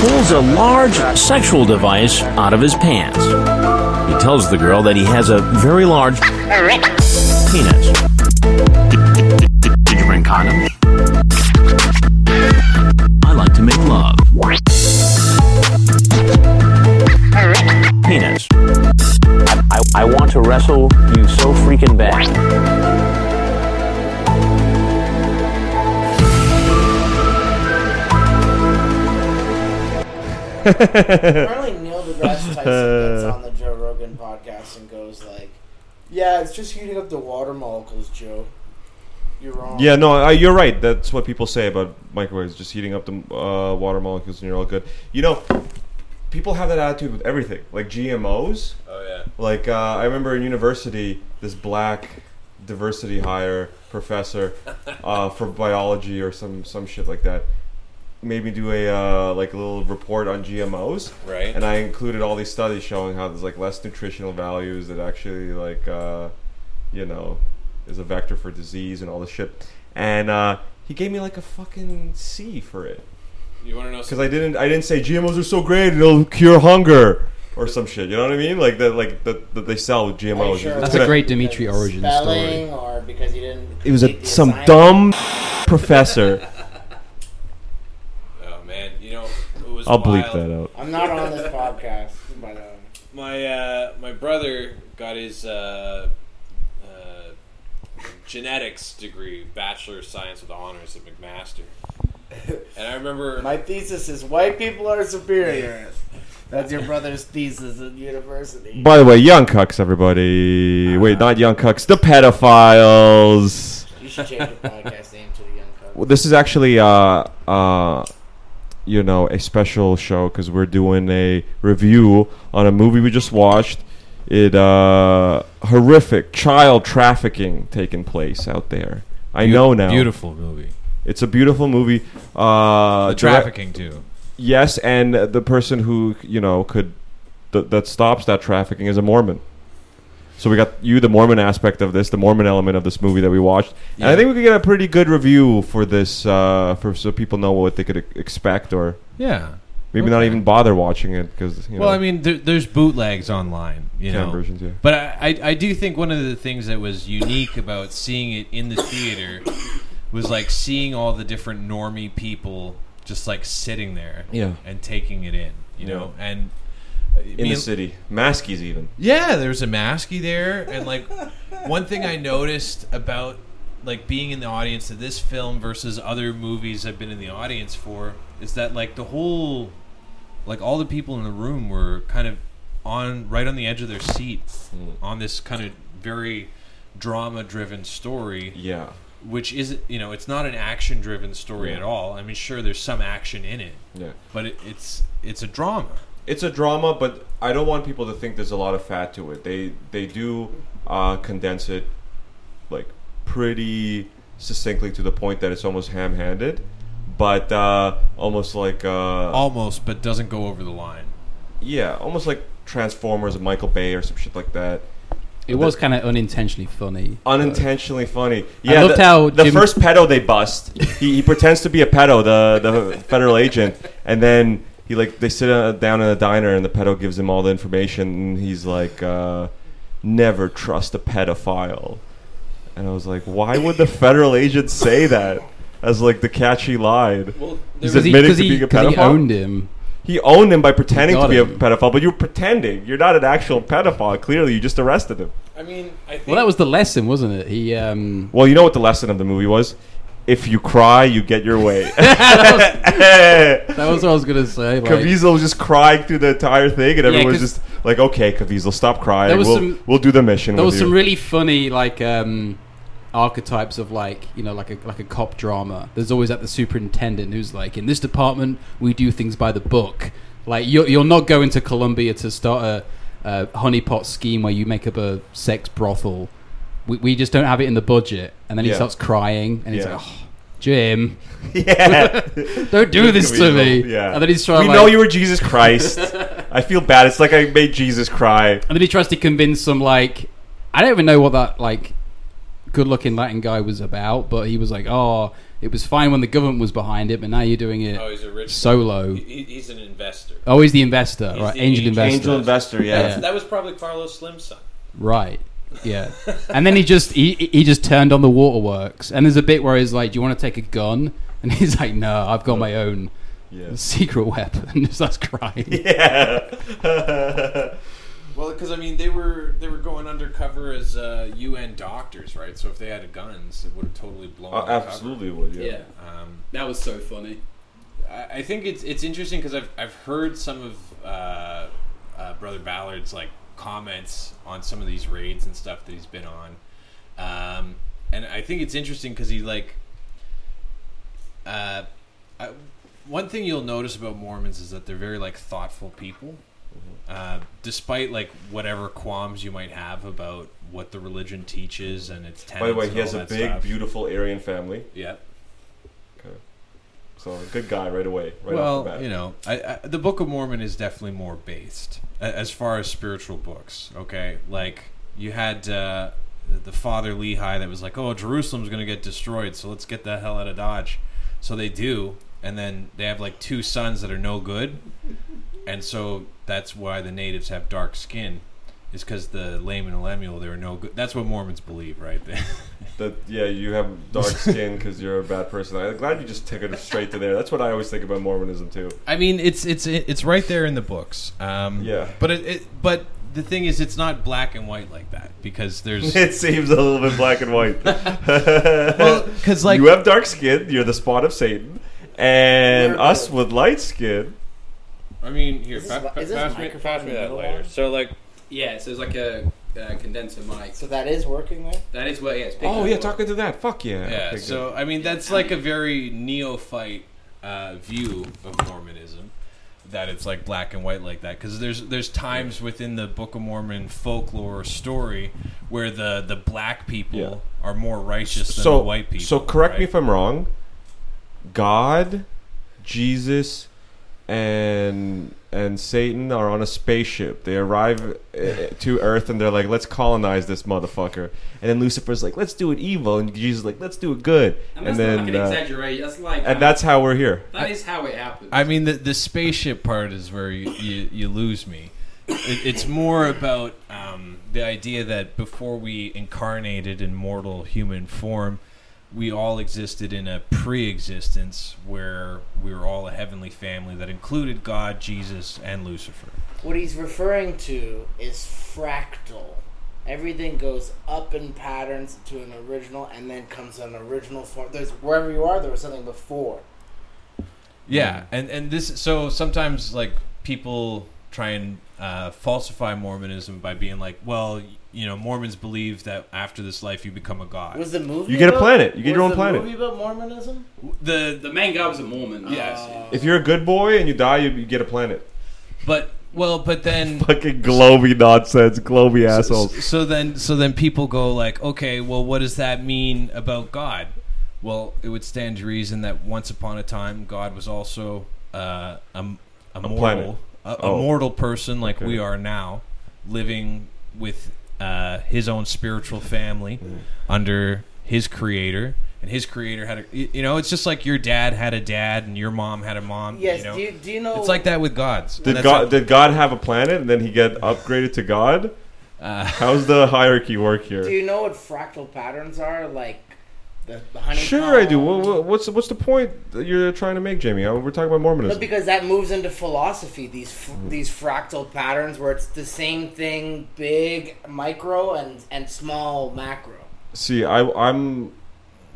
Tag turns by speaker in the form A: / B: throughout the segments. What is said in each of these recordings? A: pulls a large sexual device out of his pants. He tells the girl that he has a very large penis. Did you bring condoms? I like to make love. Penis. I, I want to wrestle you so freaking bad.
B: Apparently Neil deGrasse Tyson gets on the Joe Rogan podcast and goes like, "Yeah, it's just heating up the water molecules, Joe. You're wrong."
C: Yeah, no, I, you're right. That's what people say about microwaves, just heating up the uh, water molecules, and you're all good. You know, people have that attitude with everything, like GMOs.
D: Oh yeah.
C: Like uh, I remember in university, this black diversity hire professor uh, for biology or some some shit like that made me do a uh, like a little report on GMOs.
D: Right.
C: And I included all these studies showing how there's like less nutritional values that actually like uh, you know is a vector for disease and all this shit. And uh, he gave me like a fucking C for it
D: You want to know?
C: because
D: Something?
C: I didn't I didn't say GMOs are so great it'll cure hunger or some shit. You know what I mean? Like that like that, that they sell with
B: Are you
C: GMOs.
B: sure
C: It's
B: it's
E: That's a
C: gonna-
E: great
B: because
E: Dimitri
B: of
E: origin
B: spelling or because you didn't.
C: It was a,
B: complete the
C: some
B: assignment?
C: dumb professor.
D: Oh man, you know it was.
C: I'll bleep
D: wild.
C: that out.
B: I'm not on this podcast, by the way.
D: My uh, my brother got his uh, uh, genetics degree, bachelor of science with honors at McMaster. And I remember
B: My thesis is white people are superior. That's your brother's thesis at university.
C: By the way, young cucks, everybody. Wait,
F: Uh-huh.
C: not young cucks. The pedophiles.
B: you should change your podcast name to the Young Cub.
C: Well, this is actually uh uh you know a special show because we're doing a review on a movie we just watched it uh horrific child trafficking taking place out there i know now
F: Beautiful movie.
C: it's a beautiful movie uh
F: The
C: direct-
F: trafficking too.
C: yes and the person who you know could th- that stops that trafficking is a mormon so we got you the mormon aspect of this the mormon element of this movie that we watched and i
F: Yeah.
C: think we could get a pretty good review for this uh, for so people know what they could e- expect or
F: Yeah.
C: maybe not
F: Okay.
C: even bother watching it because you know
F: Well, I mean, there, there's bootlegs online, you
C: Fan
F: know.
C: versions, yeah.
F: But I, I, I do think one of the things that was unique about seeing it in the theater was like seeing all the different normie people just like sitting there,
C: Yeah.
F: and taking it in, you know. And uh,
C: in the city maskies even
F: yeah, there was a masky there, and like one thing I noticed about like being in the audience of this film versus other movies I've been in the audience for is that like the whole like all the people in the room were kind of on right on the edge of their seat on this kind of very drama driven story
C: yeah
F: which is you know it's not an action driven story
C: Yeah.
F: at all i mean sure there's some action in it
C: yeah
F: but it, it's it's a drama
C: it's a drama, but I don't want people to think there's a lot of fat to it. They they do uh, condense it like pretty succinctly to the point that it's almost ham-handed, but uh, almost like uh,
F: almost but doesn't go over the line
C: yeah, almost like Transformers, and Michael Bay, or some shit like that.
E: It was kind of unintentionally funny.
C: Unintentionally funny. Yeah,
E: loved
C: the,
E: how
C: the
E: Jim-
C: first pedo they bust, he, he pretends to be a pedo, the the federal agent, and then he like they sit uh, down in a diner, and the pedo gives him all the information, and he's like, uh, "Never trust a pedophile." And I was like, "Why would the federal agent say that?" As like the catchy line.
D: well, there
C: He's
E: Because
D: was,
E: he,
C: admitting
E: 'cause
C: to
E: he-
C: being a
E: 'cause he
C: pedophile?
E: owned him.
C: He owned him by pretending to
E: Got
C: be a
E: him.
C: pedophile, but you're pretending. You're not an actual pedophile. Clearly, you just arrested him.
D: I mean, I think
E: Well, that was the lesson, wasn't it? He um,
C: Well, you know what the lesson of the movie was? If you cry, you get your way.
E: that was what I was gonna say. Like,
C: Caviezel was just crying through the entire thing, and everyone's
E: 'cause-
C: just like, "Okay, Caviezel, stop crying.
E: There
C: We'll
E: was some-
C: we'll do the mission."
E: there
C: with
E: was some
C: you."
E: really funny like um, archetypes of like you know like a like a cop drama. There's always like the superintendent who's like, in this department we do things by the book. Like you're you're not going to Colombia to start a, a honeypot scheme where you make up a sex brothel. We, we just don't have it in the budget. And then he
C: Yeah.
E: starts crying and he's
C: Yeah.
E: like, oh, Jim,
C: yeah.
E: don't do this to me.
C: Caviezel, Yeah,
E: And then he's trying.
C: We
E: like,
C: know you were Jesus Christ. I feel bad. It's like I made Jesus cry.
E: And then he tries to convince some like I don't even know what that like good looking Latin guy was about, but he was like, Oh, It was fine when the government was behind it, but now you're doing it
D: Oh, he's a rich.
E: solo.
D: He, he's an investor.
E: Oh, he's the investor,
D: He's
E: right?
D: the
E: Angel
D: angel.
E: investor,
C: Angel investor, yeah.
E: Yeah.
D: That was probably Carlos Slim's son.
E: right? Yeah. and then he just he he just turned on the waterworks, and there's a bit where he's like, "Do you want to take a gun?" And he's like, "No, I've got my own
C: Yeah.
E: secret weapon." Just that's crying.
C: Yeah.
D: Well, because I mean, they were they were going undercover as uh, UN doctors, right? So if they had guns, it would have totally blown.
C: Oh,
D: the cover.
C: absolutely would. Yeah.
E: Yeah.
D: Um,
E: That was so funny.
D: I I think it's it's interesting because I've I've heard some of uh, uh, Brother Ballard's like comments on some of these raids and stuff that he's been on, um, and I think it's interesting because he like. Uh, I, one thing you'll notice about Mormons is that they're very like thoughtful people,
C: Mm-hmm.
D: uh, despite like whatever qualms you might have about what the religion teaches and its tenets.
C: By the way,
D: and
C: he has
D: all
C: a
D: that
C: big,
D: stuff.
C: beautiful Aryan family.
D: Yep.
C: So good guy right away, right off the
D: well,
C: bat.
D: you know, I, I, the Book of Mormon is definitely more based a- as far as spiritual books. Okay, like you had uh, the Father Lehi that was like, "Oh, Jerusalem's going to get destroyed, so let's get the hell out of Dodge." So they do, and then they have like two sons that are no good, and so that's why the natives have dark skin. Is because the Laman and Lemuel they were no good. That's what Mormons believe, right?
C: That yeah, you have dark skin because you're a bad person. I'm glad you just took it straight to there. That's what I always think about Mormonism too.
D: I mean, it's it's it's right there in the books. Um,
C: Yeah.
D: But it, it but the thing is, it's not black and white like that because there's
C: It seems a little bit black and white.
D: well because like
C: you have dark skin. You're the spawn of Satan, and
B: We're-
C: us with light skin.
D: I mean here
B: Is
D: pa-
B: this
D: pa-
B: mi- is this
D: pass, me,
B: microphone
D: pass me
B: in the
D: that
B: middle
D: later.
B: one?
D: So like
E: Yeah, so it's like a uh, condenser mic.
B: So that is working there.
E: That is where yeah, it's
C: Oh yeah, talking to that. Fuck yeah.
D: yeah.
C: Okay, good.
D: So I mean that's like a very neophyte uh, view of Mormonism that it's like black and white like that because there's there's times within the Book of Mormon folklore story where the the black people
C: Yeah.
D: are more righteous than
C: so
D: the white people.
C: So correct me
D: right?
C: if I'm wrong. God, Jesus, and and Satan are on a spaceship. They arrive eh, to Earth and they're like, "Let's colonize this motherfucker." And then Lucifer's like, "Let's do it evil," and Jesus is like, "Let's do it good." And, then uh,
E: exaggeration. That's like
C: and that's how we're here.
E: that is how it happened.
D: I mean, the, the spaceship part is where you, you, you lose me. It, it's more about um, the idea that before we incarnated in mortal human form, we all existed in a pre existence where we were all a heavenly family that included God, Jesus, and Lucifer.
B: What he's referring to is fractal. Everything goes up in patterns to an original, and then comes an original form. There's wherever you are, there was something before.
D: Yeah, and and this so sometimes like people try and uh, falsify Mormonism by being like, well, you know, Mormons believe that after this life you become a god.
B: Was the movie?
C: You get a
B: about-
C: planet. You get
B: was
C: your own
B: the
C: planet.
B: Movie about Mormonism.
D: the
E: the main guy was a Mormon.
D: Yes.
C: If you're a good boy and you die, you, you get a planet.
D: But well, but then
C: Fucking globy nonsense, globy
D: so,
C: assholes.
D: so then so then people go like, okay, well, what does that mean about God? Well, it would stand to reason that once upon a time, God was also uh, a, a,
C: planet.
D: mortal, a, a
C: Oh.
D: mortal person like
C: Okay.
D: we are now, living with uh, his own spiritual family under his creator. And his creator had a, y- you know, it's just like your dad had a dad and your mom had a mom.
B: Yes.
D: you know?
B: Do you do you know?
D: it's like that with gods. And
C: Did
D: that's
C: God
D: how-
C: did God have a planet and then he get upgraded to God?
D: Uh,
C: How's the hierarchy work here?
B: Do you know what fractal patterns are? Like the, the honeycomb.
C: Sure, I do. What, what, what's what's the point that you're trying to make, Jamie? Uh, We're talking about
B: But
C: Mormonism.
B: because that moves into philosophy, these f- these fractal patterns where it's the same thing, big micro and and small macro.
C: See, I, I'm,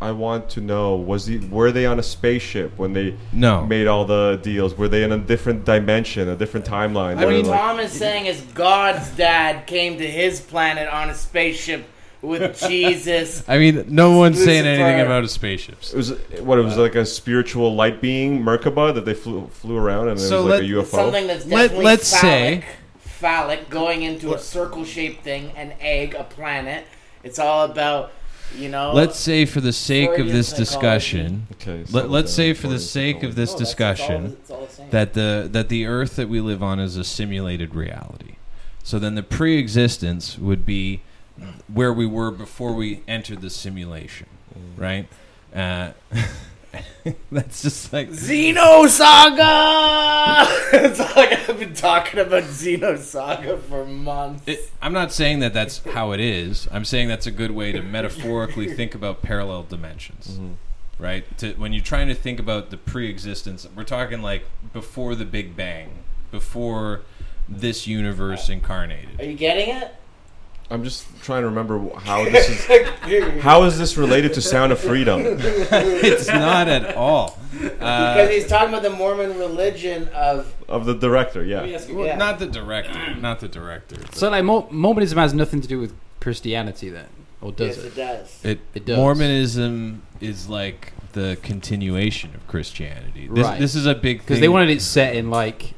C: I want to know was he, were they on a spaceship when they
D: No.
C: made all the deals? Were they in a different dimension, a different timeline? They
B: what
C: were
B: mean,
C: like-
B: Tom is saying is God's dad came to his planet on a spaceship with Jesus.
D: I mean, no one's saying
B: Lucifer.
D: anything about his spaceships.
C: it was what it was like a spiritual light being Merkaba that they flew flew around and it
D: So
C: was like
D: let-
C: a UFO.
B: Something that's
D: Let-
B: definitely
D: let's
B: phallic,
D: say-
B: phallic going into a circle shaped thing, an egg, a planet. It's all about you know.
D: Let's say, for the sake of
B: Freudian
D: this
B: psychology.
D: discussion,
C: okay,
D: let,
C: something
D: let's say,
C: like
D: for the
C: that.
D: sake of
B: No, Oh,
D: this
B: that's- it's all-
D: discussion,
B: it's all the same.
D: that the that the Earth that we live on is a simulated reality. So then, the pre-existence would be where we were before we entered the simulation, right? Uh, That's just like
B: Xeno Saga. it's like I've been talking about Xeno Saga for months.
D: It, I'm not saying that that's how it is. I'm saying that's a good way to metaphorically think about parallel dimensions,
E: Mm-hmm.
D: right? To, when you're trying to think about the pre-existence, we're talking like before the Big Bang, before this universe incarnated.
B: Are you getting it?
C: I'm just trying to remember wh- how this is.
B: because
C: How is this related to Sound of Freedom?
D: it's not at all. Uh,
B: he's talking about the Mormon religion of
C: Of the director,
G: Let me
C: yeah.
G: ask you.
B: yeah.
D: Not the director. Not the director. but-
E: So like Mor- Mormonism has nothing to do with Christianity then, or
B: yes,
E: does it?
B: it does.
D: It,
E: It does.
D: Mormonism is like the continuation of Christianity. This,
E: Right.
D: this is a big
E: Because
D: thing.
E: they wanted it set in like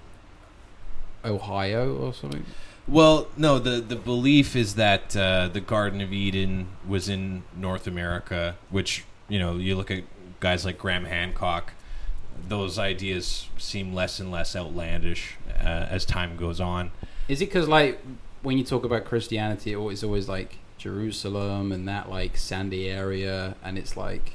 E: Ohio or something.
D: Well, no, the the belief is that uh, the Garden of Eden was in North America, which you know you look at guys like Graham Hancock. Those ideas seem less and less outlandish uh, as time goes on.
E: Is it because like when you talk about Christianity, it always- it's always like Jerusalem and that like sandy area, and it's like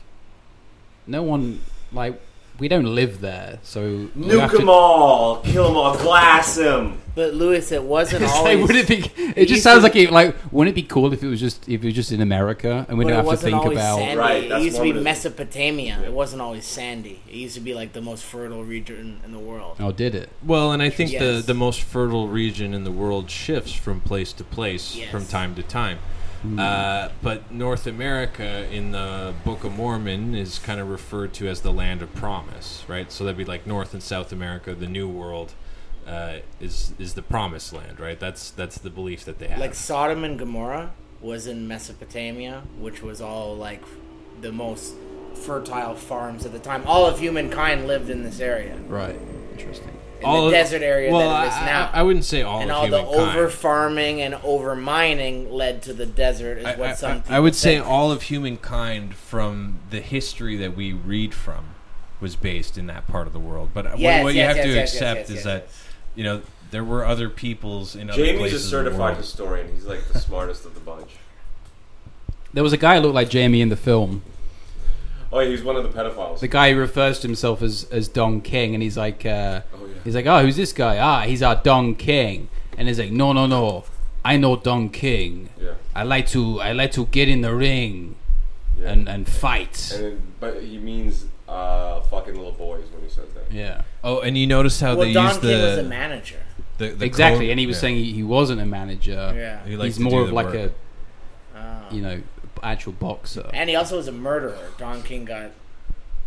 E: no one like we don't live there, so we have
C: Nuke 'em
E: to-
C: all, kill 'em all, glass 'em.
B: But Lewis, it wasn't
E: It's
B: always.
E: like, wouldn't it be? It
B: used
E: just sounds
B: to-
E: like it. Like, wouldn't it be cool if it was just if it was just in America and we
B: but it
E: don't have to
B: wasn't
E: think
B: always
E: about?
B: sandy.
C: Right,
B: it
C: that's
B: used to be
C: Mormonism.
B: Mesopotamia. It wasn't always sandy. It used to be like the most fertile region in the world.
E: Oh, did it?
D: Well, and I think
B: Yes.
D: the, the most fertile region in the world shifts from place to place
B: Yes.
D: from time to time. Uh, but North America in the Book of Mormon is kind of referred to as the land of promise, right? So that'd be like North and South America, the New World. Uh, is is the promised land right? That's that's the belief that they have.
B: Like Sodom and Gomorrah was in Mesopotamia, which was all like the most fertile farms at the time. All of humankind lived in this area, in
E: Right. Interesting.
D: All
B: the
D: of-
B: desert area
D: well,
B: that it is
D: I,
B: now.
D: I, I wouldn't say all
B: and
D: of
B: all the
D: humankind.
B: over farming and over mining led to the desert, is
D: I,
B: what
D: I-
B: some.
D: I- I
B: people
D: would say
B: think.
D: all of humankind from the history that we read from was based in that part of the world. But what-
B: Yes,
D: what, you
B: yes,
D: have
B: yes,
D: to
B: yes, yes,
D: accept
B: yes,
D: is
B: yes,
D: that
B: yes.
D: you know there were other peoples in other
C: Jamie's a
D: places. in the
C: certified
D: world.
C: historian. He's like the smartest of the bunch.
E: There was a guy who looked like Jamie in the film.
C: Oh, yeah, he's one of the pedophiles.
E: The guy who refers to himself as as Don King, and he's like, uh,
C: Oh, yeah.
E: he's like, oh, who's this guy? Ah, he's our Don King. And he's like, no, no, no, I know Don King.
C: yeah.
E: I like to, I like to get in the ring
C: yeah.
E: and and fight.
C: And then- but he means uh, fucking little boys when he says that.
E: yeah,
D: Oh, and you notice how
B: Well,
D: they
B: Don
D: used
B: King was a
D: the,
B: manager.
D: the, the
E: exactly.
D: code-
E: And he was
D: yeah.
E: saying he, he wasn't a manager.
B: Yeah.
D: He likes
E: he's
D: to do
E: more of
D: the
E: like
D: work.
B: Ah.
E: a you know actual boxer.
B: And he also was a murderer. Don King got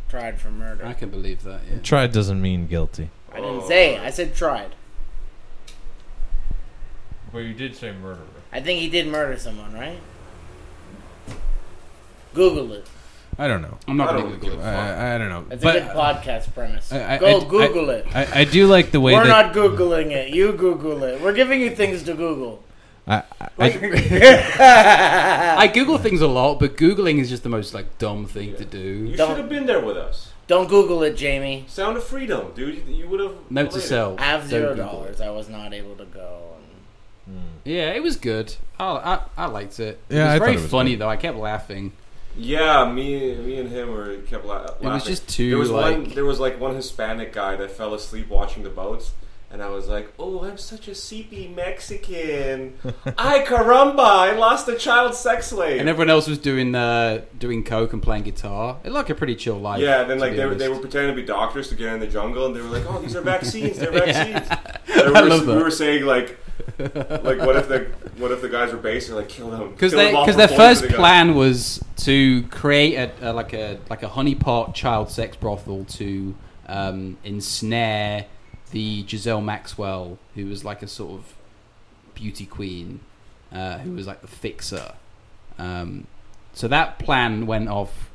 B: tried for murder.
E: I can believe that. Yeah.
D: tried doesn't mean guilty.
B: I didn't say. it. I said tried.
D: Well, you did say murderer.
B: I think he did murder someone, right? Google it.
D: I don't know.
E: I'm not
C: I
E: going
C: don't
E: to
C: give a
E: Google it.
C: fuck.
D: I, I don't know.
B: That's
D: but
B: a good podcast premise.
D: I- I-
B: Go
D: I- I-
B: Google it.
D: I, I do like the way
B: We're not
D: that
B: Googling it. You Google it. We're giving you things to Google.
D: I, I, I,
E: I Google things a lot, but Googling is just the most like dumb thing to
C: You
E: do.
B: Don't-
C: should have been there with us.
B: Don't Google it, Jamie.
C: Sound of Freedom, dude. You, you would have.
E: Note to self:
B: I have
E: don't
B: zero
E: Google
B: dollars. I was not able to go.
E: it. Yeah, it was good. I I, I liked it. It
D: Yeah,
E: was very
D: I thought it was
E: funny
D: good.
E: though. I kept laughing.
C: Yeah, me, me and him were kept la- laughing.
E: just too,
C: There was one.
E: like-
C: There was like one Hispanic guy that fell asleep watching the boats, and I was like, "Oh, I'm such a sleepy Mexican. Ay caramba! I lost a child sex slave."
E: And everyone else was doing uh, doing coke and playing guitar. It like a pretty chill life.
C: yeah, then
E: to
C: like
E: be
C: they were, they were
E: honest.
C: pretending to be doctors to get in the jungle, and they were like, "Oh, these are vaccines. They're vaccines." And
E: I
C: we, were,
E: love that.
C: we were saying like, like what if the what if the guys were based and like kill them
E: because
C: kill
E: they
C: them all
E: because
C: for
E: their
C: poisoning
E: first
C: the guy."
E: plan was to create a, a like a like a honeypot child sex brothel to um, ensnare the Giselle Maxwell, who was like a sort of beauty queen, uh, who was like the fixer. Um, so that plan went off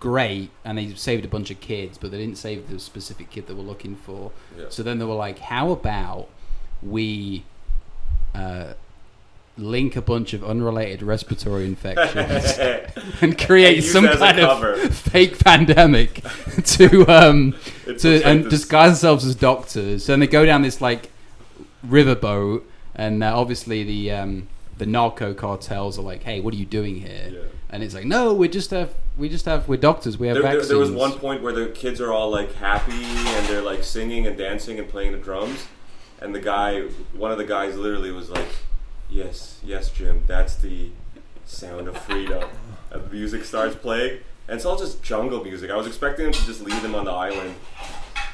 E: great, and they saved a bunch of kids, but they didn't save the specific kid they were looking for.
C: Yeah.
E: So then they were like, "How about we?" Uh, link a bunch of unrelated respiratory infections and
C: And
E: create
C: use
E: some
C: it as a
E: kind
C: cover.
E: of fake pandemic to um
C: It's
E: to
C: just like
E: and
C: this-
E: disguise themselves as doctors. So then they go down this like riverboat, and uh, obviously the um the narco cartels are like, "Hey, what are you doing here?"
C: Yeah.
E: And it's like, "No, we're just uh, we just have we're doctors. We have
C: There, there,
E: vaccines.
C: there was one point where the kids are all like happy and they're like singing and dancing and playing the drums, and the guy, one of the guys, literally was like, "Yes, yes, Jim, that's the sound of freedom." and the music starts playing, and it's all just jungle music. I was expecting them to just leave them on the island.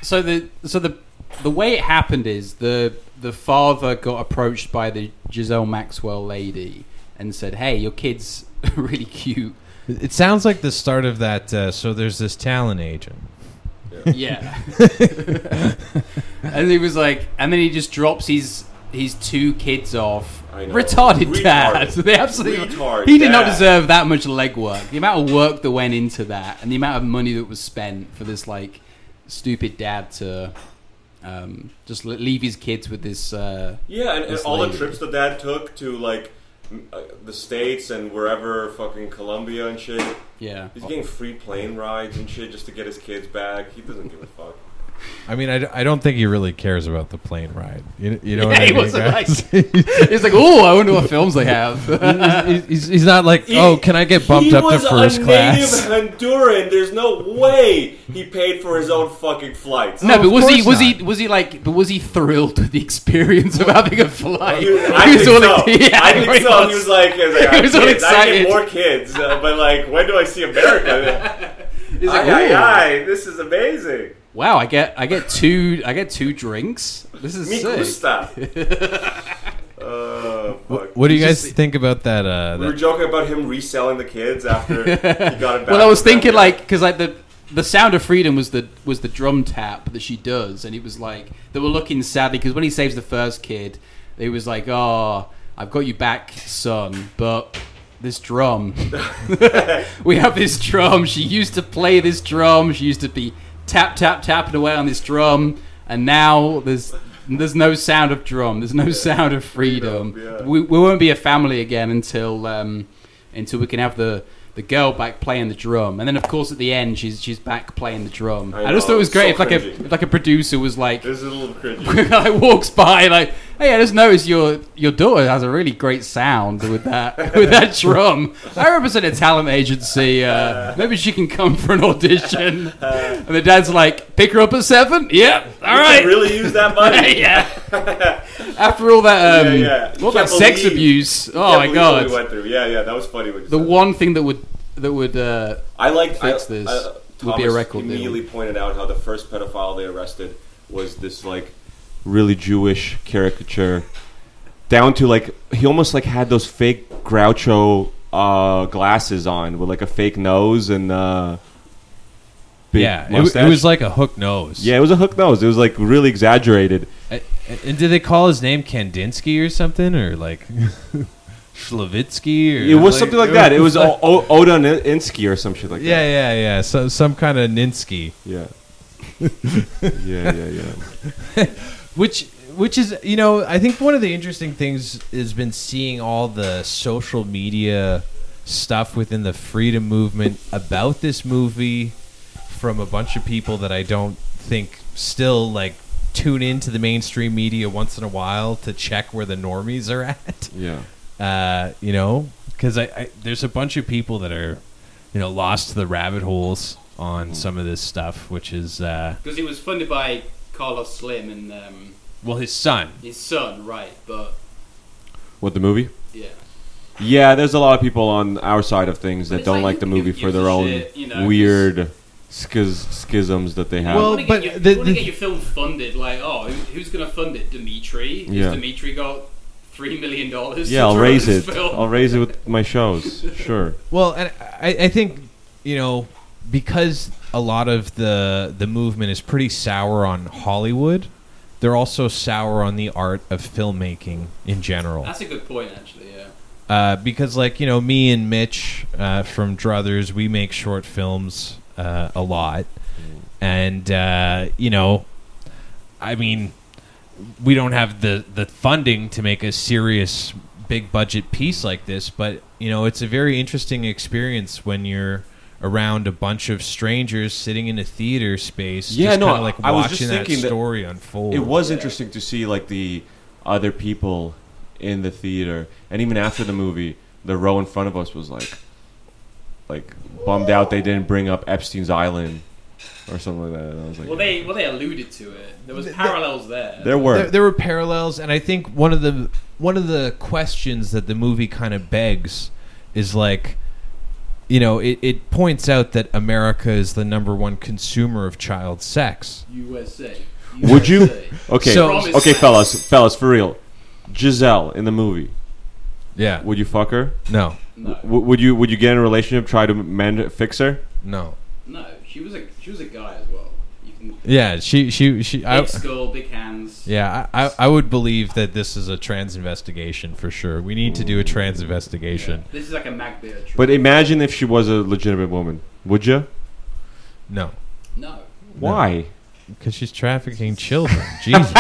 E: so the so the the way it happened is the the father got approached by the Giselle Maxwell lady and said, "Hey, your kid's really cute."
D: It sounds like the start of that. Uh, so there's this talent agent.
E: Yeah. and he was like, and then he just drops his his two kids off.
C: I know.
E: Retarded dad.
C: Retarded.
E: They absolutely.
C: Retard
E: he did not
C: dad.
E: deserve that much legwork. The amount of work that went into that, and the amount of money that was spent for this like stupid dad to um, just le- leave his kids with this. Uh,
C: Yeah, and, and
E: This
C: all the
E: lady.
C: trips the dad took to like m- uh, the states and wherever, fucking Colombia and shit.
E: yeah.
C: He's getting free plane rides and shit just to get his kids back. He doesn't give a fuck.
D: I mean, I, d- I don't think he really cares about the plane ride. You, you know
E: Yeah,
D: what I
E: he
D: mean?
E: wasn't
D: guys?
E: He's like, oh, I wonder what films they have.
D: he's, he's, he's not like, oh, can I get bumped
C: he
D: up to
C: was
D: first
C: a
D: class?
C: native Honduran. There's no way he paid for his own fucking flights.
E: No,
D: Oh,
E: but
D: of
E: was he
D: course
E: was
D: not.
E: he was he like but was he thrilled with the experience of having a flight?
C: He was- I
E: He was
C: think so.
E: all ex- yeah,
C: I think
E: he
C: so.
E: was.
C: He was like, he was like,
E: He was all
C: "I have kids. I
E: excited.
C: get more kids, uh, but like, when do I see America?
E: He's like,
C: aye,
E: "Ooh,
C: aye, aye, this is amazing.
E: wow, I get I get two I get two drinks. This is
C: Me
E: sick.
C: gusta. Uh, fuck.
D: What do you guys
E: just-
D: think about that? Uh,
C: We were
D: that
C: joking about him reselling the kids after he got it back.
E: Well, I was
C: from that
E: thinking
C: guy.
E: like because like the the sound of freedom was the was the drum tap that she does, and it was like they were looking sadly because when he saves the first kid, it was like, oh, I've got you back, son, but. This drum. we have this drum. She used to play this drum. She used to be tap tap tapping away on this drum, and now there's there's no sound of drum. There's no sound of freedom.
C: Freedom, yeah.
E: We, we won't be a family again until um, until we can have the the girl back playing the drum, and then of course at the end she's she's back playing the drum.
C: I
E: I, just thought it
C: know,
E: was
C: it's
E: great
C: so
E: if like a
C: cringy.
E: if like a producer was like.
C: this is a little cringy.
E: like walks by like hey i just noticed your your daughter has a really great sound with that with that drum i represent a talent agency uh, maybe she can come for an audition and the dad's like pick her up at seven yep all
C: You
E: right
C: can really use that money.
E: yeah after all that um
C: Yeah, yeah. You
E: what about
C: can't
E: sex
C: believe-
E: abuse oh
C: Can't
E: my
C: believe
E: god
C: what we went through. Yeah, yeah, that was funny. What you
E: the
C: said.
E: one thing that would that would uh,
C: I liked
E: fix
C: I,
E: this
C: I,
E: would be a
C: Thomas
E: record deal.
C: Immediately pointed out how the first pedophile they arrested was this like really Jewish caricature, down to like he almost like had those fake Groucho uh, glasses on with like a fake nose and uh, big
D: yeah, it, w-
C: mustache.
D: it was like a hook nose.
C: yeah, it was a hook nose. It was like really exaggerated.
D: A- a- And did they call his name Kandinsky or something, or like Schlavitsky? Or
C: It was something like that. It was
D: like-
C: o- o- Oda N- Insky or some shit like
D: yeah,
C: that.
D: yeah, yeah. So, some kind of Ninsky,
C: Yeah. yeah, yeah, yeah.
D: which which is you know I think one of the interesting things has been seeing all the social media stuff within the freedom movement about this movie from a bunch of people that I don't think still like tune into the mainstream media once in a while to check where the normies are at.
C: Yeah.
D: uh, you know, because I, I there's a bunch of people that are, you know, lost to the rabbit holes on some of this stuff, which is uh,
E: because it was funded by carlos slim and um,
D: well, his son.
E: his son right but
C: What the movie?
E: yeah
C: Yeah, there's a lot of people on our side of things
E: But
C: that
E: it's
C: don't
E: like,
C: like the
E: who
C: movie
E: gives
C: for
E: a
C: their own
E: shit, you know,
C: weird schiz- schisms that they have.
D: Well,
E: you want
D: but
E: to get,
D: the-
E: your, you wanna
D: the-
E: get your film funded, like, oh, who, who's going to fund it? Dimitri? Because
C: Yeah.
E: Dimitri got $3 million. to
C: yeah, I'll
E: draw
C: raise
E: this
C: it.
E: film.
C: I'll raise it with my shows. Sure.
D: Well, and I, I think you know because a lot of the the movement is pretty sour on Hollywood. They're also sour on the art of filmmaking in general.
E: That's a good point, actually, yeah.
D: uh, because like you know me and Mitch uh, from Druthers, we make short films uh, a lot, and uh, you know, I mean, we don't have the the funding to make a serious big budget piece like this, but you know, it's a very interesting experience when you're around a bunch of strangers sitting in a theater space
C: Yeah,
D: just
C: no,
D: kinda, like
C: I- I was
D: watching
C: just
D: that
C: thinking that
D: story unfold
C: It was interesting to see like the other people in the theater, and even after the movie, the row in front of us was like, like bummed out they didn't bring up Epstein's Island or something like that. And I was like,
H: Well, they well they alluded to it. There was parallels there.
C: there were.
D: There, there were parallels, and I think one of the one of the questions that the movie kind of begs is like, you know, it, it points out that America is the number one consumer of child sex.
H: USA.
C: Would you?
H: USA.
C: Okay,
D: So-
C: okay, fellas, fellas, for real. Giselle in the movie,
D: Yeah.
C: would you fuck her?
D: No.
C: W- would you? Would you get in a relationship, try to mend, fix her?
D: No.
E: No, she was a she was a guy as well. You can big
D: Yeah. She. She. She.
C: Oh.
D: I,
E: skull, big hands.
D: yeah. I, I. I would believe that this is a trans investigation for sure. We need to do a trans investigation.
E: This is like a Magbeer trip.
C: But imagine if she was a legitimate woman. Would you?
D: No.
E: no.
C: Why?
D: Because she's trafficking children. Jesus.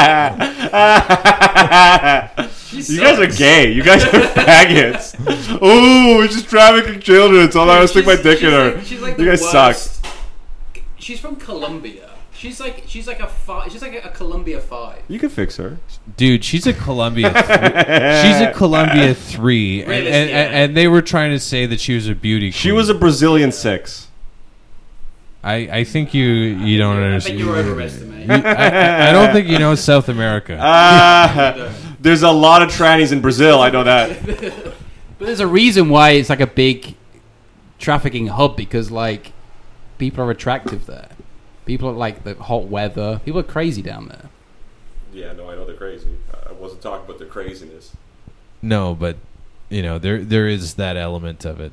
C: You guys are gay. You guys are faggots. Ooh, it's just trafficking children. It's all I was
H: She's-
C: sticking my dick
H: she's
C: in her.
H: like- she's like
C: you
H: the
C: guys suck.
H: worst.
E: She's from Colombia. She's like she's like a five. She's like a, a Colombia five.
C: You can fix her.
D: Dude, she's a Columbia. Th- she's a Columbia three, and,
H: Realist,
D: and,
H: yeah.
D: and, and they were trying to say that she was a beauty.
C: She was a Brazilian six.
D: I, I think you you don't
H: I
D: understand.
H: think you're overestimating.
D: You- I, I- I don't think you know South
C: Uh,
D: America.
C: Ah, there's a lot of trannies in Brazil. I know that.
E: But there's a reason why it's like a big trafficking hub because like people are attractive there. People are like the hot weather. People are crazy down there.
C: Yeah, no, I know they're crazy. I wasn't talking about their craziness.
D: No, but you know there there is that element of it.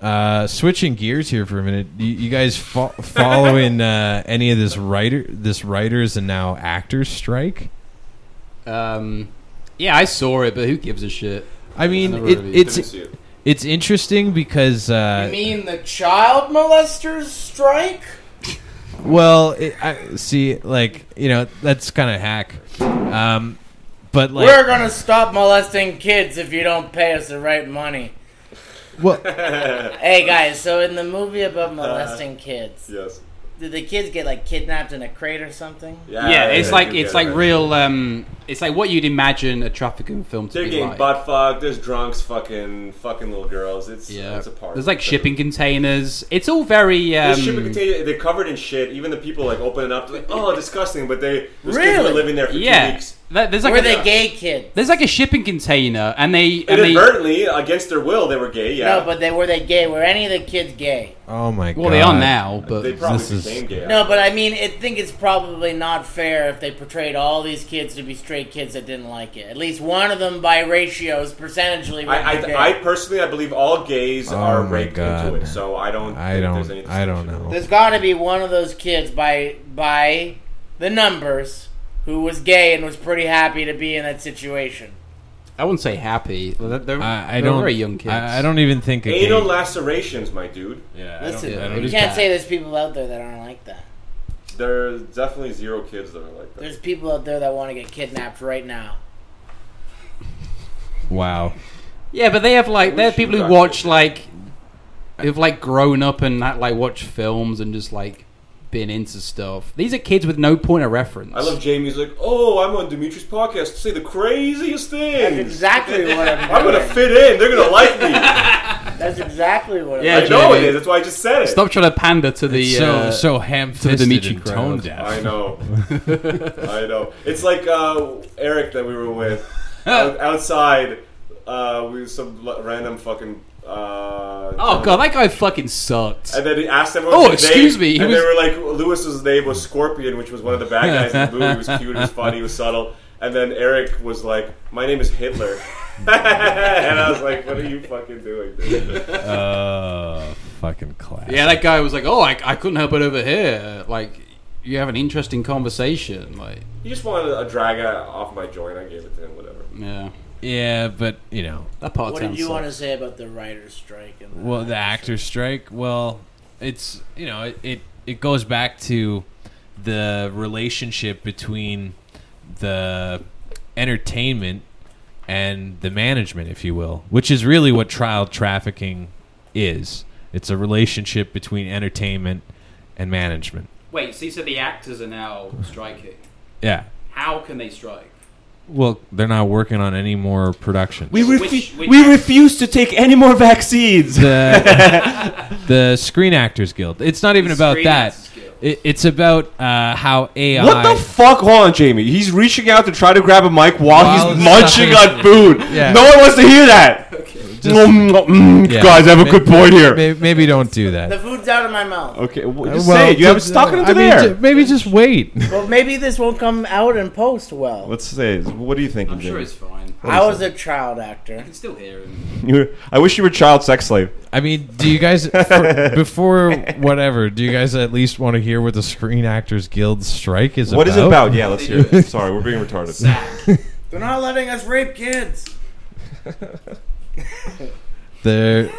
D: Uh, switching gears here for a minute. You, you guys fo- following uh, any of this writer this writers and now actors strike?
E: Um, yeah, I saw it, but who gives a shit?
D: I mean,
E: never
D: it,
E: really-
D: it's it's interesting because uh,
B: You mean the child molesters strike?
D: Well, it, I see. Like you know, that's kind of hack. Um, but like,
B: We're gonna stop molesting kids if you don't pay us the right money.
D: well,
B: Hey guys, so in the movie
C: Uh,
B: about molesting kids,
C: Yes.
B: did the kids get like kidnapped in a crate or something?
E: yeah, it's like it's like real. Um, it's like what you'd imagine a trafficking film to
C: They're
E: be
C: getting
E: like.
C: butt fucked. There's drunks fucking fucking little girls. It's
E: yeah,
C: it's a party.
E: there's like shipping containers. It's all very. Um,
C: There's shipping containers. They're covered in shit. Even the people like open it up. Like, oh, disgusting. But they those kids
B: Really?
C: were living there for two
E: yeah,
C: weeks.
E: That- there's like
B: Were
E: a,
B: they gay kids?
E: There's like a shipping container, and they and they well
C: Inadvertently, against their will, they were gay. Yeah.
B: No, but they were they gay? Were any of the kids gay?
D: oh my god.
E: they are now,
C: they
E: but
C: probably
D: this is-
C: became gay.
B: No, but I mean, I think it's probably not fair if they portrayed all these kids to be straight kids that didn't like it. At least one of them, by ratios, percentagely, were
C: I,
B: gay.
C: I, I personally, I believe all gays
D: Oh
C: are
D: my
C: raped
D: God.
C: into it. So I don't.
D: I
C: think
D: don't-
C: There's any
D: I don't
C: distinction.
D: know.
B: There's got to be one of those kids by by the numbers who was gay and was pretty happy to be in that situation.
E: I wouldn't say happy. They're, they're,
D: I, I
E: they're
D: don't.
E: very young kids.
D: I, I don't even think. A
C: Anal
D: gay,
C: lacerations, my dude.
D: yeah, I
B: Listen,
E: I don't
B: you
E: think
B: can't
E: that-
B: say there's people out there that aren't like that.
C: There's definitely zero kids that are like that.
B: There's people out there that want to get kidnapped right now.
D: don't- wow.
E: Yeah, but they have like they have
C: wish you
E: people
C: would
E: who watch
C: actually-
E: like they've like grown up and not like watch films and just like been into stuff. These are kids with no point of reference.
C: I love Jamie's like, oh, I'm on Dimitri's podcast to say the craziest
B: That's
C: things.
B: exactly what I'm.
C: I'm gonna
B: doing.
C: fit in. They're gonna like me.
B: That's exactly what. I'm
E: Yeah,
C: I
B: doing.
C: know it
E: Jamie.
C: is. That's why I just said it.
E: Stop trying to pander to the
D: so
E: uh,
D: so ham fisted
E: Dimitri
D: and tone
E: crowd.
D: deaf.
C: I know. I know. It's like uh, Eric that we were with Out- outside. Uh, we some l- random fucking. Uh,
E: Oh god, that guy fucking sucked.
C: And then he asked everyone.
E: Oh,
C: their
E: excuse
C: name,
E: me, he
C: and
E: was-
C: they were like, Lewis's name was Scorpion, which was one of the bad guys in the movie. He was cute, he was funny, he was subtle. And then Eric was like, "My name is Hitler," and I was like, "What are you fucking doing?" Dude?
D: Uh, fucking class.
E: Yeah, that guy was like, "Oh, I, I couldn't help it over here." Like, you have an interesting conversation. Like,
C: He just wanted a drag off my joint. I gave it to him, whatever.
E: yeah,
D: yeah, but you know,
E: that part.
B: What did you want to say about the writers' strike? And
D: well the actors strike well it's you know it, it it goes back to the relationship between the entertainment and the management if you will which is really what child trafficking is it's a relationship between entertainment and management
E: Wait, so you said the actors are now striking.
D: yeah
E: How can they strike?
D: Well, they're not working on any more production.
C: We, refu-
I: Which- which
C: we
I: act-
C: refuse to take any more vaccines.
D: the, the Screen Actors Guild. It's not even about
I: Screen
D: that.
I: Actors Guild.
D: It, it's about uh, how AI.
C: What the fuck? Hold on, Jamie. He's reaching out to try to grab a mic while,
D: While
C: he's
D: he's
C: munching
D: stuffing-
C: on food.
D: Yeah.
C: No one wants to hear that. Mm, mm, mm,
D: Yeah.
C: Guys, I have a
D: May-
C: good point here.
D: Maybe, maybe don't do that.
B: The food's out of my mouth.
C: Okay, well,
D: Uh,
C: just
D: well,
C: say it. You have it
D: just-
C: stuck into
D: I mean,
C: there.
D: ju- maybe just wait.
B: Well, maybe this won't come out and post well.
C: Let's say, it. what do you think,
I: I'm
C: Jamie?
I: sure it's fine. I
B: I was a child actor.
I: can still hear him.
C: You were- I wish you were child sex slave.
D: I mean, do you guys for- before whatever? Do you guys at least want to hear what the Screen Actors Guild strike is
C: What
D: about?
C: is it about? Yeah, let's hear it. Sorry, we're being retarded.
B: They're not letting us rape kids.
D: They're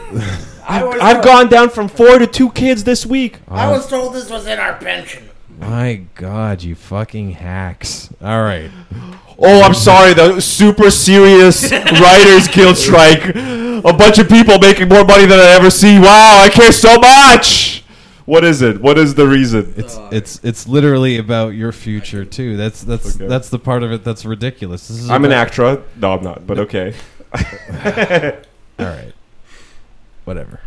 B: I was
C: I've
B: told,
C: gone down from four to two kids this week.
B: I was told this was in our pension.
D: oh my god, you fucking hacks! All right, Um,
C: Oh, I'm sorry. The super serious writers guild strike. A bunch of people making more money than I ever see. Wow, I care so much. What is it? What is the reason?
D: it's it's it's literally about your future too. That's that's
C: Okay.
D: that's the part of it that's ridiculous. This is
C: I'm an
D: about-
C: actra. No, I'm not. But okay.
D: All right, whatever.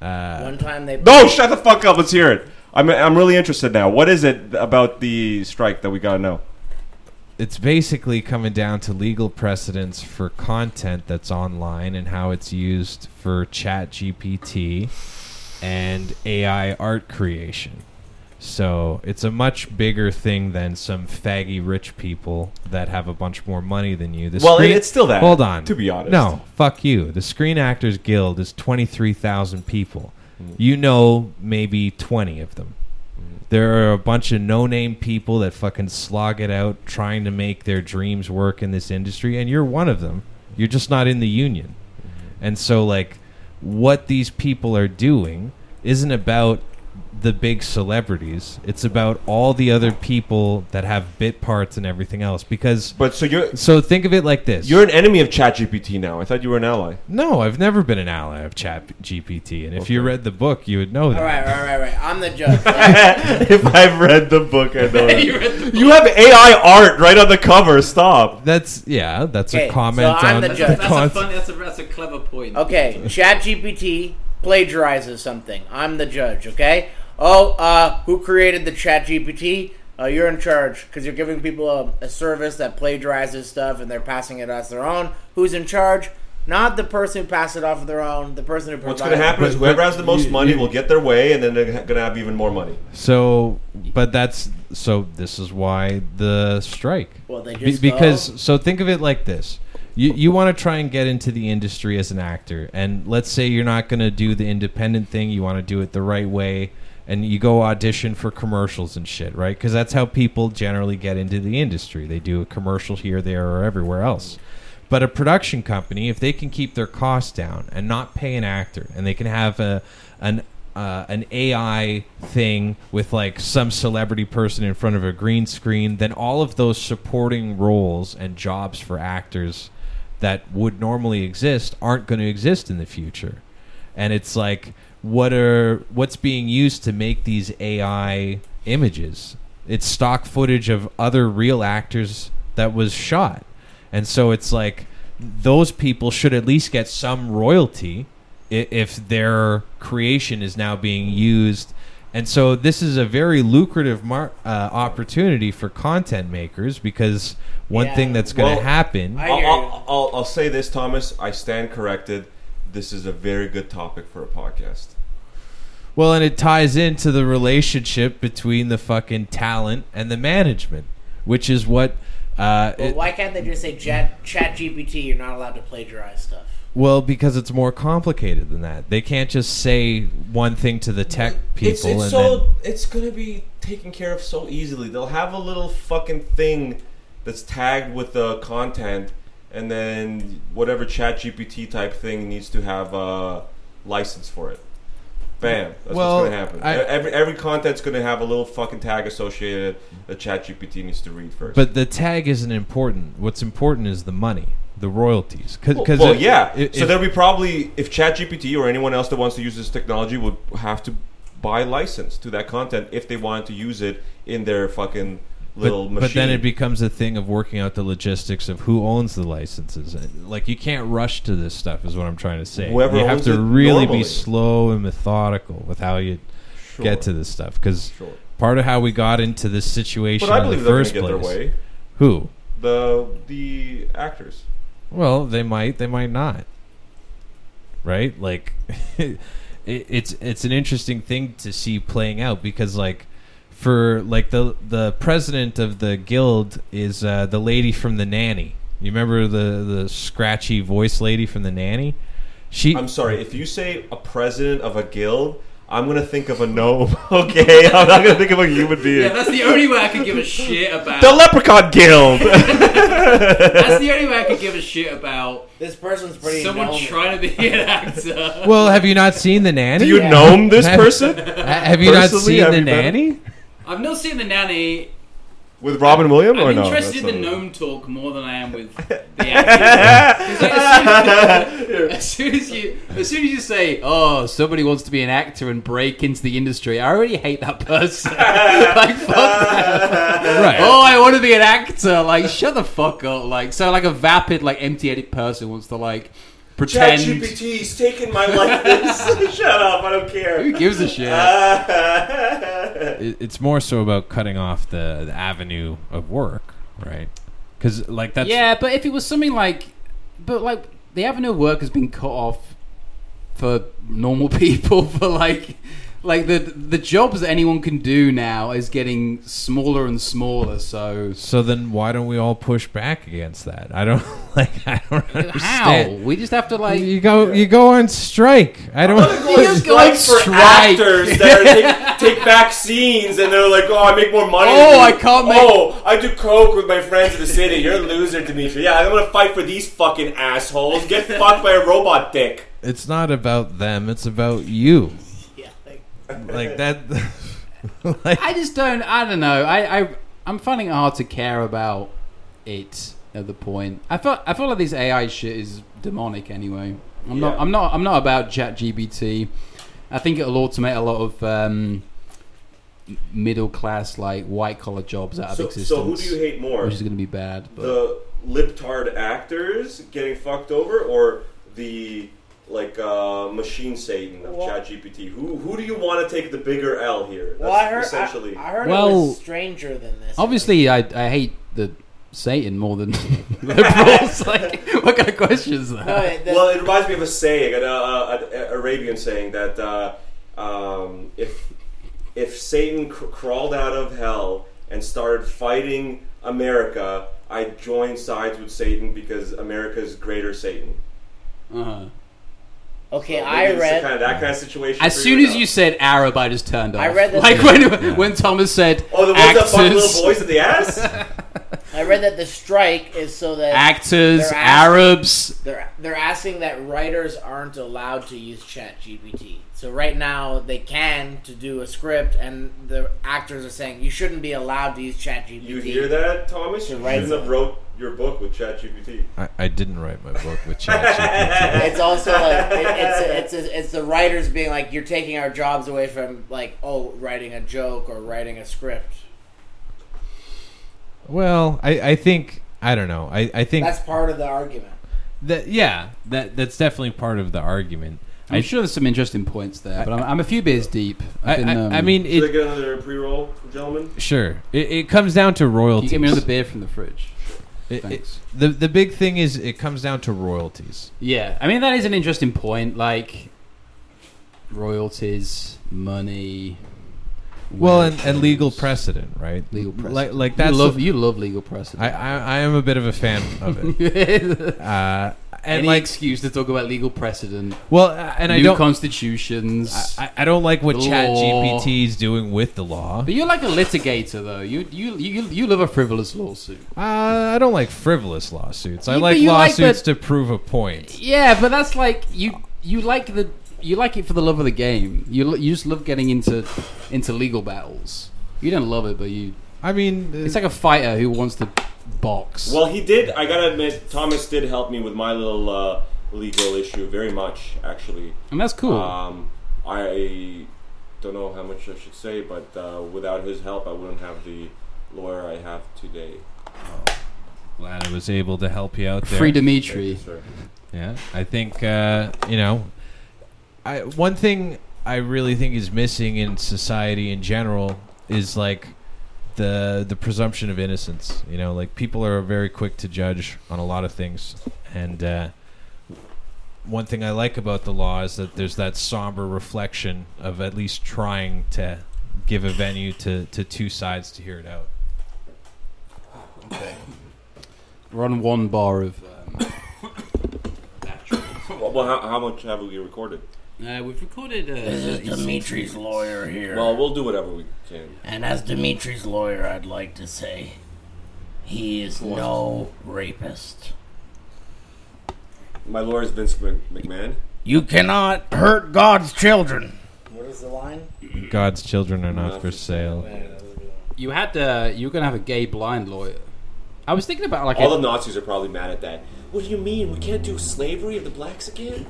D: Uh,
B: One time they
C: No, shut the fuck up. Let's hear it. I'm I'm really interested now. What is it about the strike that we gotta know?
D: it's basically coming down to legal precedents for content that's online and how it's used for chat gpt and ai art creation so it's a much bigger thing than some faggy rich people that have a bunch more money than you the
C: Well,
D: screen-
C: it's still that.
D: hold on
C: To be honest.
D: no fuck you the screen actors guild is 23000 people you know maybe 20 of them there are a bunch of no-name people that fucking slog it out trying to make their dreams work in this industry and you're one of them you're just not in the union and so like what these people are doing isn't about the big celebrities it's about all the other people that have bit parts and everything else because
C: But so you're
D: so think of it like this
C: you're an enemy of ChatGPT now. I thought you were an ally.
D: no i've never been an ally of chat gpt and if you
C: Okay.
D: read the book you would know that
B: All right, all right, all right. I'm the judge.
C: if I've read the book, I know. it.
I: You read the
C: You have AI art right on the cover. Stop.
D: that's yeah that's
B: Okay,
D: a
B: so
D: comment
B: I'm
D: on
B: the
I: That's,
B: judge.
I: a, that's a
D: content.
I: funny. That's a that's a clever point.
B: Okay, ChatGPT plagiarizes something. I'm the judge, okay? Oh, uh, who created the ChatGPT? Uh, you're in charge because you're giving people a, a service that plagiarizes stuff and they're passing it as their own. Who's in charge? Not the person who passed it off of their own. The person who
C: What's
B: provided.
C: going to happen is
D: But-
C: whoever
D: but
C: has the most
D: you-
C: money
D: you-
C: will get their way, and then they're going to have even more money.
D: So, but that's so. This is why the strike.
B: Well, they
D: Be-
B: just
D: because
B: go-
D: so think of it like this: you you want to try and get into the industry as an actor, and let's say you're not going to do the independent thing. You want to do it the right way, and you go audition for commercials and shit, right? Because that's how people generally get into the industry. They do a commercial here, there, or everywhere else. But a production company, if they can keep their costs down and not pay an actor, and they can have a an uh, an AI thing with like some celebrity person in front of a green screen, then all of those supporting roles and jobs for actors that would normally exist aren't going to exist in the future. And it's like what are what's being used to make these AI images? It's stock footage of other real actors that was shot. And so it's like those people should at least get some royalty i- if their creation is now being used. And so this is a very lucrative mar- uh, opportunity for content makers because one
B: Yeah.
D: thing that's going to
C: Well,
D: happen.
B: I
C: I'll,
B: hear you.
C: I'll, I'll, I'll say this, Thomas. I stand corrected. This is a very good topic for a podcast.
D: well, and it ties into the relationship between the fucking talent and the management, which is what. Uh,
B: Well,
D: it-
B: why can't they just say Chat ChatGPT? You're not allowed to plagiarize stuff.
D: well, because it's more complicated than that. They can't just say one thing to the tech people.
C: it's it's
D: and
C: so
D: then,
C: it's gonna be taken care of so easily. They'll have a little fucking thing that's tagged with the content, and then whatever Chat GPT type thing needs to have a license for it. Bam! That's
D: Well,
C: what's gonna happen. E-,
D: I-
C: every every content's gonna have a little fucking tag associated that Chat GPT needs to read first.
D: But the tag isn't important. What's important is the money, the royalties. Because
C: Well, well, yeah.
D: it,
C: so
D: it-
C: there'll be probably if ChatGPT or anyone else that wants to use this technology would have to buy license to that content if they wanted to use it in their fucking little
D: but,
C: machine.
D: but then it becomes a thing of working out the logistics of who owns the licenses. And, Like you can't rush to this stuff, is what I'm trying to say.
C: Whoever
D: you have
C: owns
D: to
C: it
D: really
C: normally.
D: be slow and methodical with how you get to this stuff, because
C: Sure.
D: part of how we got into this situation
C: But I
D: in the
C: believe they're going
D: first
C: to get
D: place.
C: their way.
D: Who?
C: The the actors.
D: Well, they might, they might not. Right? Like it, it's it's an interesting thing to see playing out because like for like the the president of the guild is uh, the lady from the nanny. You remember the the scratchy voice lady from the nanny? She
C: I'm sorry. If you say a president of a guild, I'm going to think of a gnome. okay, I'm not going to think of a human being.
I: Yeah, that's the only way I could give a shit about.
C: the Leprechaun Guild.
I: that's the only way I could give a shit about
B: This person's pretty.
I: someone
B: known.
I: trying to be an actor.
D: Well, have you not seen the nanny?
C: Do you gnome this
D: Have-
C: person
D: Ha- have you not
C: Personally,
D: seen
C: have
D: the
C: you met him?
D: nanny?
I: I've not seen the nanny.
C: with Robin Williams or
I: I'm
C: no?
I: interested
C: That's
I: in the
C: not-
I: gnome talk more than I am with the acting. 'Cause, like, as, soon as, as soon as you, as soon as you say,
E: Oh, somebody wants to be an actor and break into the industry. I already hate that person. like, fuck that.
D: Right.
E: Oh, I want to be an actor. Like, shut the fuck up. Like, so like a vapid, like empty-headed person wants to like pretend.
C: ChatGPT's taking my likeness. Shut up! I don't
E: Who
C: care.
E: gives a shit?
D: it- it's more so about cutting off the, the avenue of work, right? Because like that's
E: yeah, but if it was something like, but like the avenue of work has been cut off for normal people for like, like the the jobs that anyone can do now is getting smaller and smaller. So
D: So then, why don't we all push back against that? I don't like. I don't
E: how
D: understand.
E: we just have to like
D: You go. You go on strike. I don't.
E: You just go on strike.
C: that are, take, take back scenes and they're like, "Oh, I make more money."
E: Oh,
C: than you."
E: I can't make-
C: Oh, I do coke with my friends in the city. You're a loser, Dimitri. Yeah, I'm gonna fight for these fucking assholes. Get fucked by a robot dick.
D: It's not about them. It's about you.
B: Yeah, like,
D: Like that. like,
E: I just don't. I don't know. I, I I'm finding it hard to care about it at the point. I felt I feel like this AI shit is demonic anyway. I'm not.
C: Yeah.
E: I'm not. I'm not about ChatGPT. I think it'll automate a lot of um, middle class, like white collar jobs out of
C: So,
E: existence,
C: so who do you hate more?
E: which is going to be bad. But
C: the libtard actors getting fucked over or the like uh, machine Satan of
B: Well-
C: ChatGPT? Who who do you want to take the bigger L here? That's
B: well, I heard.
C: essentially.
B: I, I heard it
E: Well,
B: was stranger than this.
E: obviously, I I hate the Satan more than liberals. like, what kind of questions? That?
B: No, it- that-
C: well, it reminds me of a saying, an, uh, an Arabian saying that uh, um, if if Satan cr- crawled out of hell and started fighting America, I'd join sides with Satan because America's greater Satan.
E: uh-huh.
B: okay,
C: Maybe
B: I
C: it's the
B: read.
C: kind of that kind of situation.
E: As
C: for
E: soon as
C: now.
E: you said Arab, I just turned off.
B: I read that-
E: like when when Thomas said
C: Oh, the ones that
E: actors,
C: fuck little boys in the ass?
B: I read that the strike is so that
E: actors,
B: They're ass-
E: Arabs.
B: they're they're asking that writers aren't allowed to use ChatGPT. So right now they can to do a script, and the actors are saying you shouldn't be allowed to use ChatGPT.
C: You hear that, Thomas? You
B: You're right.
C: shouldn't have wrote your book with ChatGPT.
D: I, I didn't write my book with ChatGPT.
B: It's also like it, it's it's it's the writers being like you're taking our jobs away from like oh writing a joke or writing a script.
D: well, I, I think I don't know. I, I think
B: That's part of the argument.
D: that yeah. That that's definitely part of the argument.
E: I'm sure there's some interesting points there, but I'm, I'm a few beers deep.
D: I,
E: been, um,
D: I, I mean,
C: Should I
D: it,
C: get another pre-roll, gentlemen?
D: sure. It, it comes down to
E: can
D: royalties.
E: you get me another beer from the fridge?
D: It- it-
E: Thanks.
D: the the big thing is it comes down to royalties.
E: Yeah, I mean that is an interesting point. Like royalties, money.
D: Well,
E: where
D: and, and legal
E: things-
D: precedent, right?
E: Legal precedent.
D: Like, like
E: You
D: that's
E: love
D: the-
E: you love legal
D: I,
E: precedent.
D: I I am a bit of a fan of it. Uh, and
E: Any
D: like,
E: excuse to talk about legal precedent,
D: well, uh, and I
E: new
D: don't,
E: constitutions.
D: I, I don't like what
E: The
D: Chat
E: law.
D: GPT is doing with the law.
E: But you're like a litigator, though. You you you, you love a frivolous lawsuit.
D: Uh, I don't like frivolous lawsuits. I
E: You- but
D: like
E: you like
D: lawsuits to prove a point.
E: Yeah, but that's like you you like the you like it for the love of the game. You lo- you just love getting into into legal battles. You don't love it, but you
D: I mean,
E: it's like a fighter who wants to box.
C: Well, he did. I gotta admit, Thomas did help me with my little uh, legal issue very much, actually.
E: and that's cool.
C: Um, I don't know how much I should say, but uh, without his help, I wouldn't have the lawyer I have today.
D: Glad I was able to help you out there.
E: Free Dimitri.
C: Sir.
D: Yeah, I think uh, you know. I one thing I really think is missing in society in general is like the the presumption of innocence. You know, like people are very quick to judge on a lot of things, and uh, one thing I like about the law is that there's that somber reflection of at least trying to give a venue to to two sides to hear it out.
E: We're on one bar of. Um,
C: Well, well how, how much have we recorded?
J: Uh, we've recorded. Uh,
B: This is
J: 36
B: Dimitri's lawyer here.
C: Well, we'll do whatever we can.
B: and as Dimitri's lawyer, I'd like to say he is no rapist.
C: My lawyer is Vince Mc- McMahon.
B: You cannot hurt God's children. What is the line?
D: God's children are not
C: Not
D: for
C: for
D: sale.
E: you had. Uh, you were gonna have a gay blind lawyer. I was thinking about like.
C: All
E: a-
C: the Nazis are probably mad at that. What do you mean? We can't do slavery of the blacks again?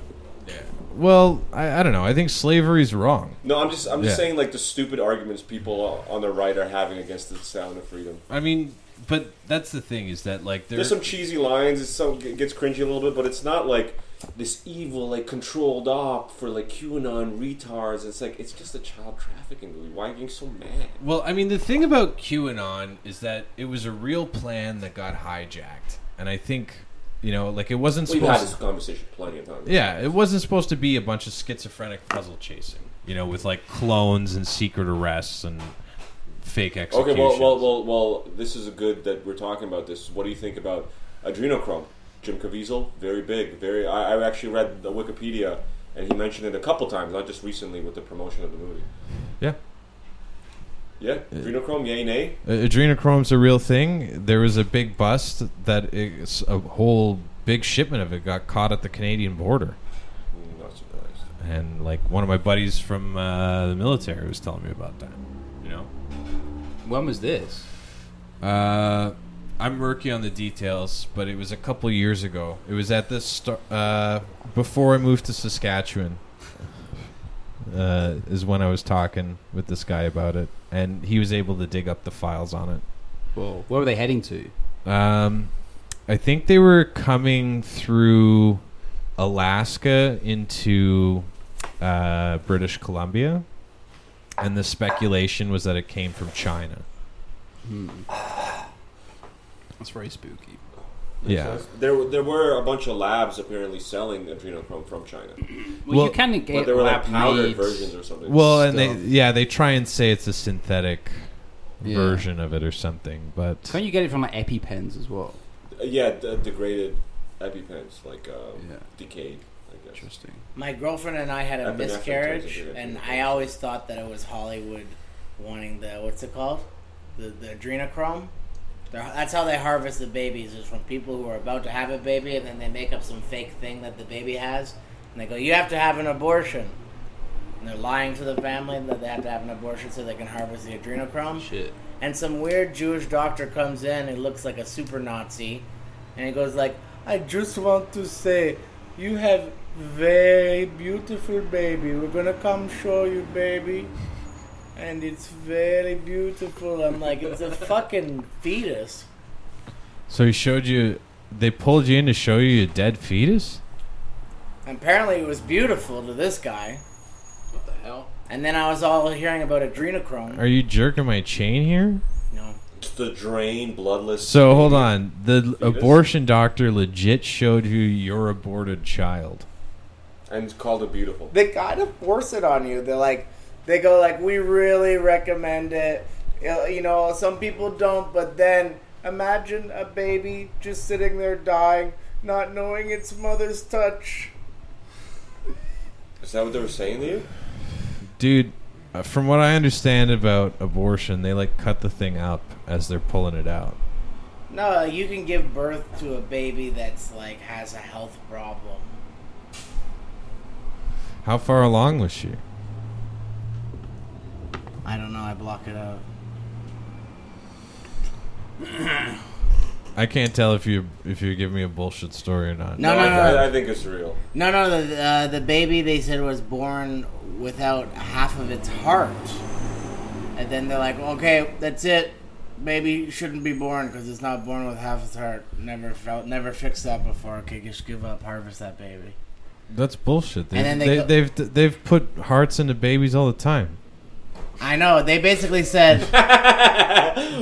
D: Well, I, I don't know. I think slavery's wrong.
C: No, I'm just I'm just
D: Yeah.
C: saying like the stupid arguments people on the right are having against the sound of freedom.
D: I mean, but that's the thing is that like
C: There's some cheesy lines. It's some it gets cringy a little bit, but it's not like this evil like controlled op for like QAnon retards. It's like it's just a child trafficking movie. Why are you getting so mad?
D: Well, I mean, the thing about QAnon is that it was a real plan that got hijacked, and I think you know, like it wasn't
C: We've had
D: supposed.
C: this conversation plenty of times.
D: yeah, it wasn't supposed to be a bunch of schizophrenic puzzle chasing. You know, with like clones and secret arrests and fake
C: Okay,
D: executions.
C: well, well, well, well. This is good that we're talking about this. What do you think about adrenochrome? Jim Caviezel, very big, very. I, I actually read the Wikipedia, and he mentioned it a couple times, not just recently with the promotion of the movie.
D: yeah.
C: Yeah, adrenochrome, yay, nay.
D: Uh, Adrenochrome's a real thing. There was a big bust that is a whole big shipment of it got caught at the Canadian border.
C: Mm, Not surprised.
D: and like one of my buddies from uh, the military was telling me about that. You know,
E: when was this?
D: uh, I'm murky on the details, but it was a couple years ago. It was at the star- uh, before I moved to Saskatchewan. Uh, is when I was talking with this guy about it, and he was able to dig up the files on it.
E: Well, where were they heading to?
D: Um, I think they were coming through Alaska into uh, British Columbia, and the speculation was that it came from China.
E: That's very spooky.
D: Yeah,
C: There, were- there were a bunch of labs apparently selling adrenochrome from China,
E: Well,
D: Well,
E: you can get
C: but there were like
E: lab
C: powdered
E: maids.
C: versions or something.
D: Well, and they
E: Stuff.
D: yeah they try and say it's a synthetic
E: Yeah.
D: version of it or something, but
E: Can't you get it from like EpiPens as well?
C: Uh, yeah, d- degraded epipens, like um,
E: Yeah.
C: decayed. I guess.
E: Interesting.
B: My girlfriend and I had a
C: Epinephrine turns
B: miscarriage,
C: into
B: and
C: epinephrine.
B: I always thought that it was Hollywood wanting the what's it called, the the adrenochrome. They're, that's how they harvest the babies is from people who are about to have a baby, and then they make up some fake thing that the baby has, and they go, "You have to have an abortion." And they're lying to the family that they have to have an abortion so they can harvest the adrenochrome.
E: Shit.
B: and some weird Jewish doctor comes in and looks like a super Nazi, and he goes like, "I just want to say, you have very beautiful baby. We're gonna come show you, baby." And it's very beautiful. I'm like, it's a fucking fetus.
D: so he showed you they pulled you in to show you a dead fetus.
B: Apparently, it was beautiful to this guy.
E: What the hell?
B: And then I was all hearing about adrenochrome.
D: Are you jerking my chain here?
B: no,
C: The drain, bloodless.
D: So hold on. The
C: Fetus?
D: abortion doctor legit showed you your aborted child.
C: and called it beautiful.
B: they kind of force it on you. They're like, they go like, we really recommend it. Uh, You know, some people don't, but then imagine a baby just sitting there dying, not knowing its mother's touch.
C: Is that what they were saying to you?
D: Dude, uh, from what I understand about abortion, they like cut the thing up as they're pulling it out.
B: No, you can give birth to a baby that's like has a health problem.
D: How far along was she?
B: I don't know. I block it out.
D: I can't tell if you if you give me a bullshit story or not.
B: No, no,
C: I,
B: no.
C: I,
B: no.
C: I think it's real.
B: No, no, the uh, the baby they said was born without half of its heart, and then they're like, okay, that's it, Baby shouldn't be born because it's not born with half its heart. Never felt, never fixed that before. Okay, just give up, harvest that baby.
D: That's bullshit. They've,
B: And then they
D: they
B: go-
D: they've they've put hearts into babies all the time.
B: I know. They basically said,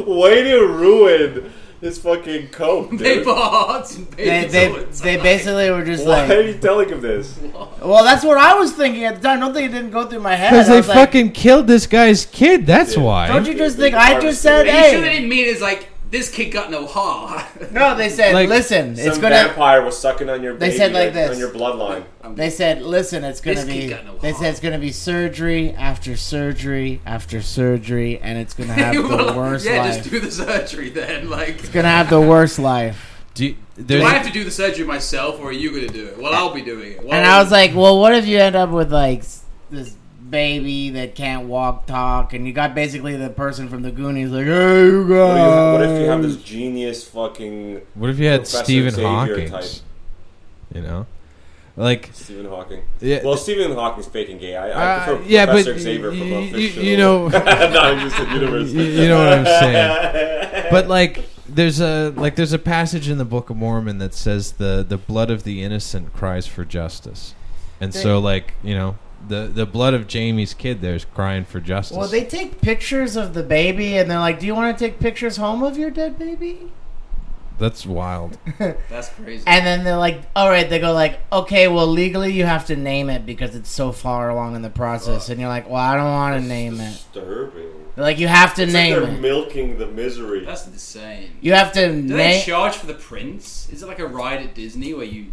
C: Way to ruin this fucking coke, dude.
E: Paper hearts and
B: they,
E: paper
B: they,
E: bullets.
B: they basically were just
C: Why are
B: like,
C: you telling him this?
B: well, that's what I was thinking at the time. Don't think it didn't go through my head.
D: Because
B: I
D: they
B: was like,
D: fucking killed this guy's kid. That's why.
B: Don't you just
C: They-
B: think
C: they
B: I
C: harvested
B: just said,
E: But you sure they
B: hey?
E: didn't mean it's like this kid got no heart.
B: No, they said,
D: Like,
B: listen,
C: Some
B: it's gonna.
C: vampire was sucking on your
B: They
C: baby
B: said like
C: and-
B: this.
C: on your bloodline.
B: They said, listen, it's gonna
E: This kid
B: be.
E: got no
B: They said
E: heart.
B: it's gonna be surgery after surgery after surgery, and it's gonna have
E: You were
B: the
E: like,
B: worst
E: yeah,
B: life.
E: just do the surgery then. Like,
B: It's gonna have the worst life.
D: Do you-
E: do
D: there's-
E: I have to do the surgery myself, or are you going to do it? Well, I'll be doing it. Well,
B: And I was like, well, what if you end up with like s- this baby that can't walk, talk, and you got basically the person from the Goonies like, hey, you
E: Oh,
C: What, do you have- what if you have
B: guys.
C: this genius fucking
D: what if you had
C: Professor
D: Stephen
C: Xavier
D: Hawking?
C: type.
D: You know, like
C: Stephen Hawking?
D: Yeah.
C: Well, Stephen Hawking's faking gay. I, I
D: uh,
C: prefer
D: yeah, but
C: Professor Xavier
D: y-
C: from
D: y-
C: a
D: you,
C: fictional.
D: you know,
C: no, I'm just a universe.
D: you, you know what I'm saying. but like there's a like there's a passage in the Book of Mormon that says the the blood of the innocent cries for justice, and so like you know the the blood of Jamie's kid there's crying for justice.
B: Well, they take pictures of the baby, and they're like, "Do you want to take pictures home of your dead baby?"
D: That's wild.
E: that's crazy.
B: And then they're like, "All right." They go like, "Okay, well, legally you have to name it because it's so far along in the process." And you're like, "Well, I don't want to name it."
C: Disturbing.
B: They're like, "You have to
C: It's like
B: name
C: they're
B: it.
C: milking the misery.
E: That's insane.
B: you have to
E: Do they
B: name."
E: charge for the prints? Is it like a ride at Disney where you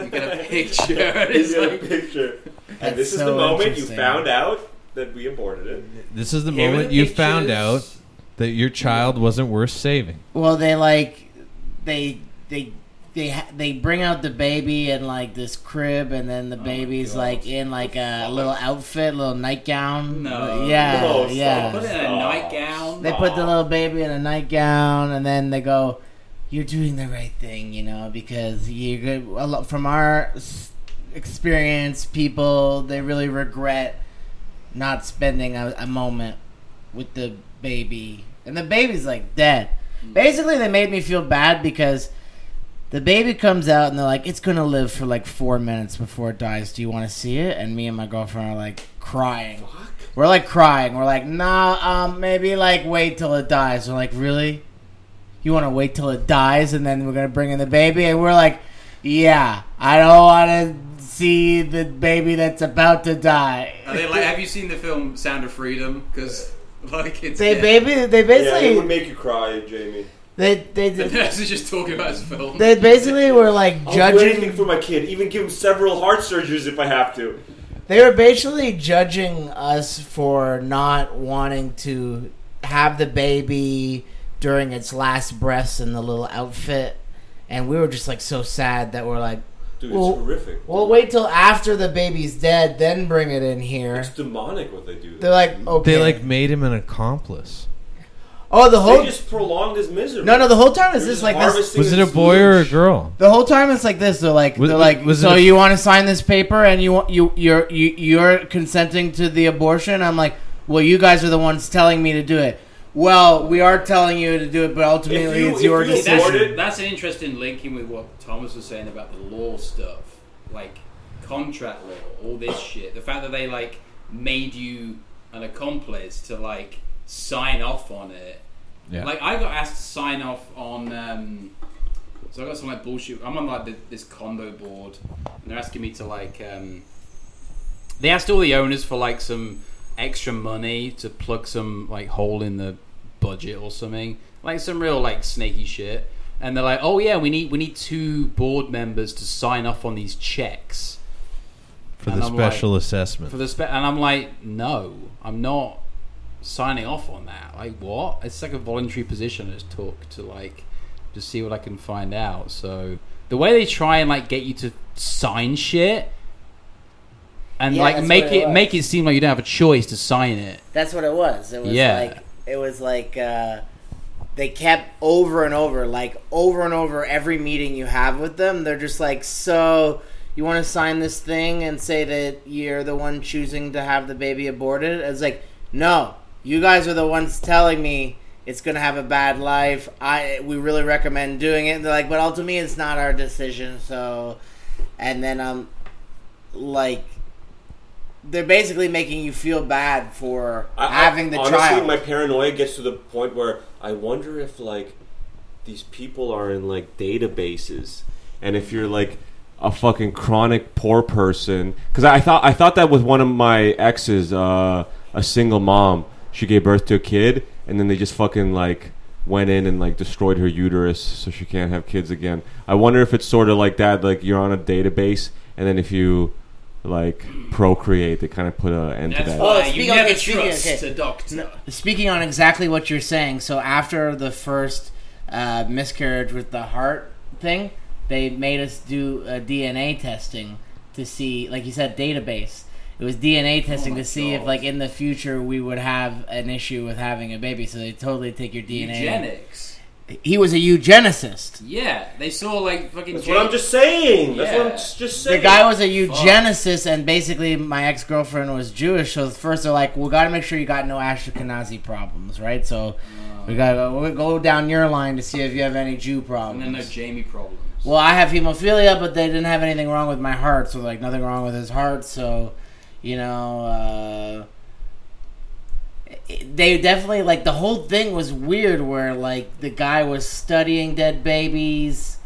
E: you get a picture and it's
C: You get a
E: like
C: picture.
B: That's
C: And this is
B: so
C: the moment you
B: interesting.
C: found out that we aborted it.
D: This is the
E: Here are
D: moment
E: the
D: you found out
E: pictures.
D: that your child wasn't worth saving.
B: Well, they like, they they. They, ha- they bring out the baby in like this crib, and then
E: Oh
B: the baby's like in like a little outfit, little nightgown.
E: No.
B: yeah,
C: No,
B: yeah.
C: stop.
E: Oh, put it in a
C: Aw.
E: nightgown?
B: They put the little baby in a nightgown, and then they go, "You're doing the right thing, you know, because you good." A lot from our s- experience, people they really regret not spending a, a moment with the baby, and the baby's like dead. Basically, they made me feel bad because. The baby comes out and they're like, it's gonna live for like four minutes before it dies. Do you wanna see it? And me and my girlfriend are like crying. We're like crying. We're like, nah, um, maybe like wait till it dies. We're like, really? You want to wait till it dies and then we're gonna bring in the baby? And we're like, yeah, I don't want to see the baby that's about to
E: Are
B: die.
E: they like, have you seen the film Sound of Freedom? Because like it's
B: They
E: yeah.
B: baby, they
C: Yeah, it would
B: basically,
C: make you cry, Jamie.
B: they
E: The
B: they
E: nurse is just talking about his film.
B: they basically were like
C: I'll do anything
B: judging.
C: for my kid, even give him several heart surgeries if I have to.
B: They were basically judging us for not wanting to have the baby during its last breaths in the little outfit, and we were just like so sad that we're like.
C: Dude,
B: Well-
C: it's horrific.
B: Well, wait till after the baby's dead, then bring it in here.
C: It's demonic what they do.
B: They're like, okay.
D: They like made him an accomplice.
B: oh, the
C: They
B: whole
C: just prolonged his misery.
B: no, no, the whole time is
C: They're
B: this
C: just
B: like this.
C: harvesting
D: Was it a
C: his
D: boy or a
C: leech.
D: girl?
B: The whole time it's like this. They're like,
D: Was-
B: they're like,
D: was it
B: so
D: a-
B: you want to sign this paper and you want you you're you, you're consenting to the abortion? I'm like, well, you guys are the ones telling me to do it. Well, we are telling you to do it, but ultimately
C: you-
B: it's your
C: if you
B: decision.
C: abort it-
E: That's, that's an interesting linking with what Thomas was saying about the law stuff, like contract law, all this shit. The fact that they like made you an accomplice to like sign off on it.
D: Yeah.
E: Like I got asked to sign off on. Um, so I got some like bullshit. I'm on like th- this condo board, and they're asking me to like. Um, they asked all the owners for like some extra money to plug some like hole in the budget or something, like some real like snaky shit. And they're like, "Oh yeah, we need we need two board members to sign off on these checks
D: For
E: And
D: the
E: I'm
D: special assessment.
E: for the spe-. And I'm like, "No, I'm not signing off on that. Like, what? It's like a voluntary position. I just talk to like just see what I can find out. So the way they try and like get you to sign shit." And
B: Yeah,
E: like
B: that's
E: make
B: what it
E: it
B: was.
E: make it seem like you don't have a choice to sign it.
B: That's what it was. It was
E: Yeah.
B: like it was like uh, they kept over and over, like over and over every meeting you have with them. They're just like, so you want to sign this thing and say that you're the one choosing to have the baby aborted? It's like, no, you guys are the ones telling me It's gonna have a bad life. I we really recommend doing it. And they're like, but ultimately, it's not our decision. So, and then um, like, they're basically making you feel bad for
C: I- I-
B: having the
C: honestly,
B: child.
C: my paranoia gets to the point where I wonder if like these people are in like databases, and if you're like a fucking chronic poor person, because I thought I thought that with one of my exes, uh, a single mom, she gave birth to a kid, and then they just fucking like went in and like destroyed her uterus so she can't have kids again. I wonder if it's sort of like that, like you're on a database, and then if you like procreate, they kind of put an end
E: That's
C: to that.
B: Well,
E: why you
B: speaking of-
E: never
B: okay, speaking of-
E: trust
B: okay.
E: a doctor.
B: Speaking on exactly what you're saying, so after the first uh, miscarriage with the heart thing, they made us do uh, DNA testing to see, like you said, database. It was
C: Oh
B: DNA testing to see if,
E: God.
B: like, in the future we would have an issue with having a baby. So they totally take your DNA.
E: Eugenics.
B: He was a eugenicist.
E: Yeah, they saw like fucking.
C: That's
E: Jake-
C: what I'm just saying. That's what I'm
E: Yeah.
C: just, just
B: The
C: saying.
B: guy was a eugenicist, and basically, my ex girlfriend was Jewish. So first, they're like, "We got to make sure you got no Ashkenazi problems, right?" So we got to go, we go down your line to see if you have any Jew
E: And
B: problems.
E: then no Jamie problems.
B: well, I have hemophilia, but they didn't have anything wrong with my heart, so like nothing wrong with his heart. So, you know, uh, it- they definitely like the whole thing was weird, where like the guy was studying dead babies.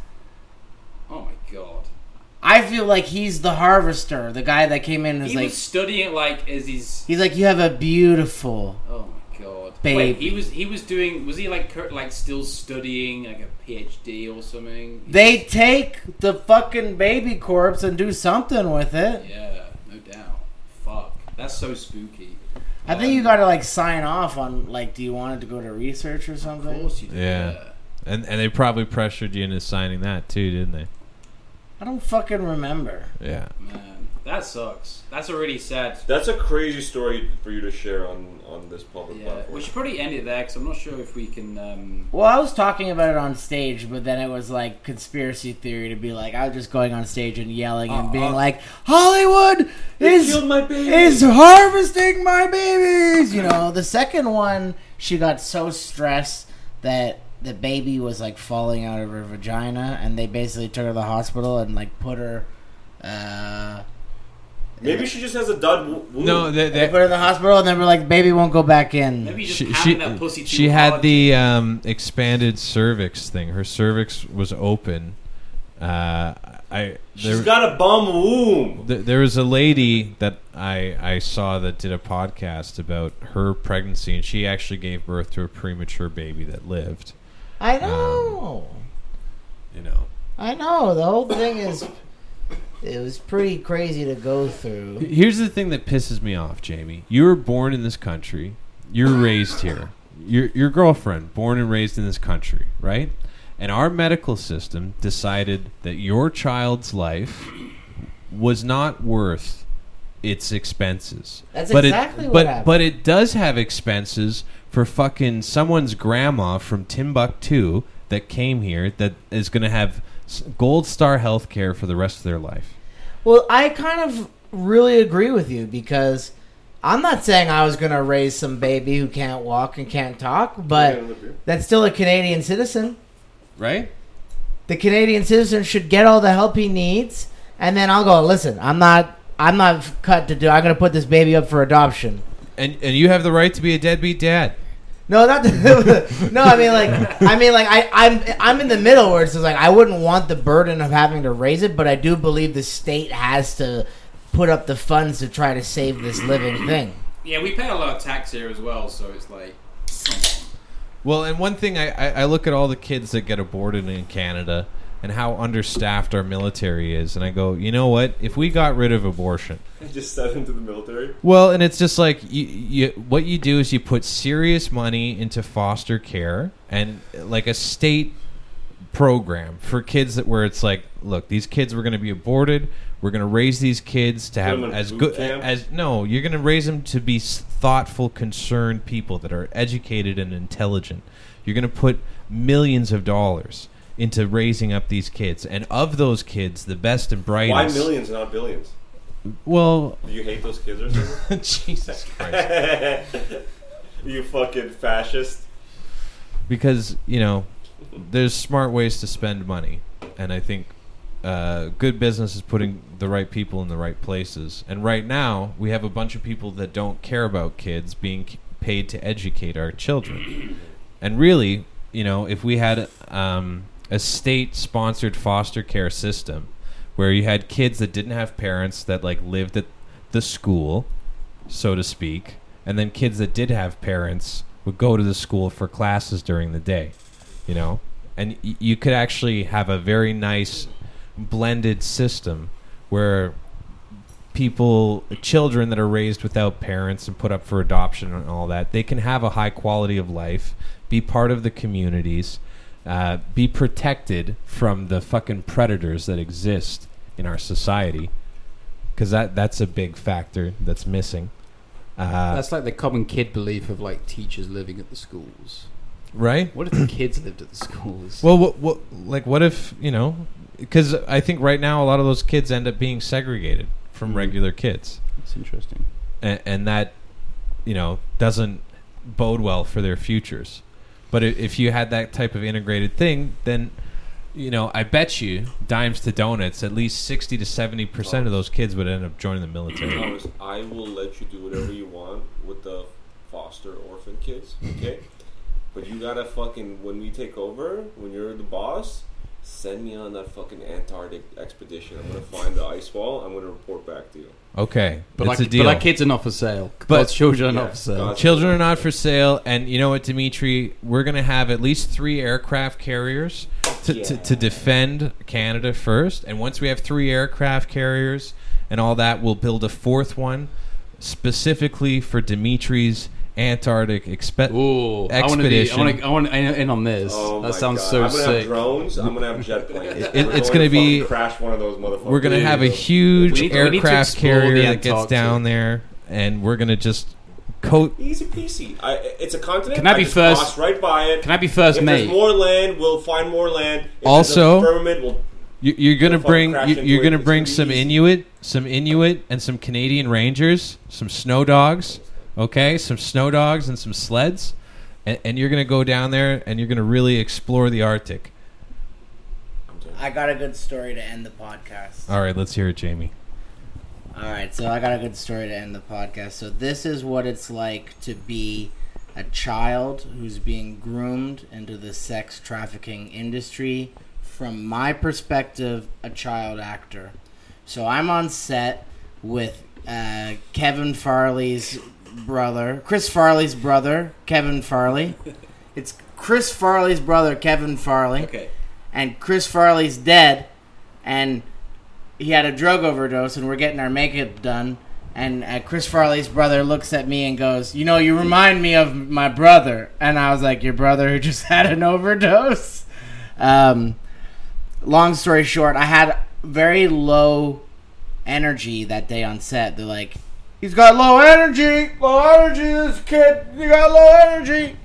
E: Oh my god.
B: I feel like he's the harvester, the guy that came in and was
E: He
B: like.
E: was studying it like as his.
B: He's like, you have a beautiful.
E: Oh my god. Wait,
B: Baby.
E: he was he was doing was he like cur- like still studying like a PhD or something?
B: They take the fucking baby corpse and do something with it.
E: Yeah, no doubt. Fuck, that's so spooky. Um,
B: I think you gotta like sign off on like, do you want it to go to research or
E: Of
B: something?
E: course you do.
D: Yeah. And and they probably pressured you into signing that too, didn't they?
B: I don't fucking remember.
D: Yeah.
E: Man, that sucks. That's already sad.
C: That's a crazy story for you to share on, on this public
E: Yeah,
C: platform.
E: we should probably end it there because I'm not sure if we can. Um,
B: Well, I was talking about it on stage, but then it was like conspiracy theory to be like, I was just going on stage and yelling and being like, Hollywood is
C: killed my baby.
B: is harvesting my babies. You know, the second one, she got so stressed that the baby was like falling out of her vagina, and they basically took her to the hospital and like put her. Uh,
C: Maybe she just has a dud wo- wound.
D: No,
B: they
D: they, they,
B: put her in the hospital, and they were like, "Baby won't go back in."
E: maybe just
D: she
E: having
D: she,
E: that pussy. Too
D: she had
E: hard
D: the um, expanded cervix thing. Her cervix was open. Uh, I
C: She's
D: there,
C: got a bum womb.
D: th- there was a lady that I I saw that did a podcast about her pregnancy, and she actually gave birth to a premature baby that lived.
B: I know.
D: You know.
B: I know the whole thing is it was pretty crazy to go through.
D: Here's the thing that pisses me off, Jamie. You were born in this country. You're raised here. Your your girlfriend, born and raised in this country, right? And our medical system decided that your child's life was not worth its expenses.
B: That's
D: it-
B: exactly what
D: but,
B: happened.
D: But it does have expenses for fucking someone's grandma from Timbuktu that came here that is going to have s- gold star health care for the rest of their life.
B: Well, I kind of really agree with you because I'm not saying I was going to raise some baby who can't walk and can't talk, but that's still a Canadian citizen.
D: Right?
B: The Canadian citizen should get all the help he needs, and then I'll go. Listen, I'm not. I'm not cut to do. I'm going to put this baby up for adoption.
D: and and you have the right to be a deadbeat dad.
B: No, not the, no. I mean, like, I mean, like, I, I'm, I'm in the middle where it's just like I wouldn't want the burden of having to raise it, but I do believe the state has to put up the funds to try to save this living thing.
E: Yeah, we pay a lot of tax here as well, so it's like.
D: Well, and one thing I, I, I look at all the kids that get aborted in Canada and how understaffed our military is, and I go, you know what? If we got rid of abortion,
C: Just sent into the military.
D: well, and it's just like you, you what you do is you put serious money into foster care and like a state program for kids that where it's like, look, these kids were going to be aborted. We're going to raise these kids to have
C: them in
D: as
C: boot
D: good
C: camp?
D: as no. You're going to raise them to be s- thoughtful, concerned people that are educated and intelligent. You're going to put millions of dollars into raising up these kids, and of those kids, the best and
C: Why
D: brightest.
C: millions, not billions?
D: Well,
C: Do you hate those kids or something?
D: Jesus Christ.
C: you fucking fascist.
D: because you know there's smart ways to spend money, and I think uh, good business is putting the right people in the right places. And right now, we have a bunch of people that don't care about kids being c- paid to educate our children. And really, you know, if we had um, a state-sponsored foster care system where you had kids that didn't have parents that like lived at the school, so to speak, and then kids that did have parents would go to the school for classes during the day, you know, and y- you could actually have a very nice blended system where people children that are raised without parents and put up for adoption and all that they can have a high quality of life be part of the communities uh, be protected from the fucking predators that exist in our society because that that's a big factor that's missing uh,
E: That's like the common kid belief of like teachers living at the schools.
D: right
E: What if the kids lived at the schools?
D: well what, what like what if you know because i think right now a lot of those kids end up being segregated from
E: Mm.
D: regular kids
E: that's interesting.
D: and, and that you know doesn't bode well for their futures. But i- if you had that type of integrated thing, then you know I bet you dimes to donuts, at least sixty to seventy percent of those kids would end up joining the military.
K: Thomas, I will let you do whatever you want with the foster orphan kids, okay? But you gotta fucking when we take over, when you're the boss, send me on that fucking Antarctic expedition. I'm gonna find the ice wall. I'm gonna report back to you.
D: Okay,
E: But
D: it's
E: like,
D: a deal.
E: but like kids are not for sale. But
D: But-
E: God's uh, children are not for
K: Yeah,
E: sale.
K: God's-
D: Children are not for sale, and you know what, Dimitri? We're gonna have at least three aircraft carriers to, to, to defend Canada first, and once we have three aircraft carriers and all that, we'll build a fourth one specifically for Dimitri's Antarctic expe-
E: Ooh,
D: expedition.
E: I want to be. I want. I want in on this.
K: Oh
E: that
K: my
E: sounds
K: God.
E: so
K: I'm gonna
E: sick.
K: have drones. I'm gonna have jet planes.
D: It-
K: We're
D: it's
K: going
D: gonna
K: to fucking
D: be-
K: crash one of those motherfuckers.
D: we're gonna have a huge
E: We need- we need to
D: aircraft
E: explore the
D: carrier that gets
E: Antarctic.
D: down there, and we're gonna just coat.
K: easy peasy. I, it's a continent.
E: Can I be
K: just
E: first-
K: Cross right by it.
E: Can I be first
K: if
E: mate?
K: there's more land, we'll find more land. If
D: Also-
K: there's a firmament, we'll
D: You- You're gonna
K: We'll fucking
D: bring
K: crash
D: you-
K: into
D: you're
K: it.
D: gonna
K: It's
D: bring
K: gonna be
D: some
K: easy.
D: Inuit, some Inuit, and some Canadian Rangers, some snow dogs, okay, some snow dogs and some sleds, and, and you're gonna go down there and you're gonna really explore the Arctic.
B: I got a good story to end the podcast.
D: All right, let's hear it, Jamie.
B: All right, so I got a good story to end the podcast. So this is what it's like to be a child who's being groomed into the sex trafficking industry from my perspective, a child actor. So I'm on set with uh, Kevin Farley's brother, Chris Farley's brother, Kevin Farley. It's Chris Farley's brother, Kevin Farley.
I: Okay.
B: And Chris Farley's dead and he had a drug overdose and we're getting our makeup done and uh, chris farley's brother looks at me and goes you know you remind me of my brother and i was like your brother who just had an overdose um, long story short i had very low energy that day on set they're like he's got low energy low energy this kid you got low energy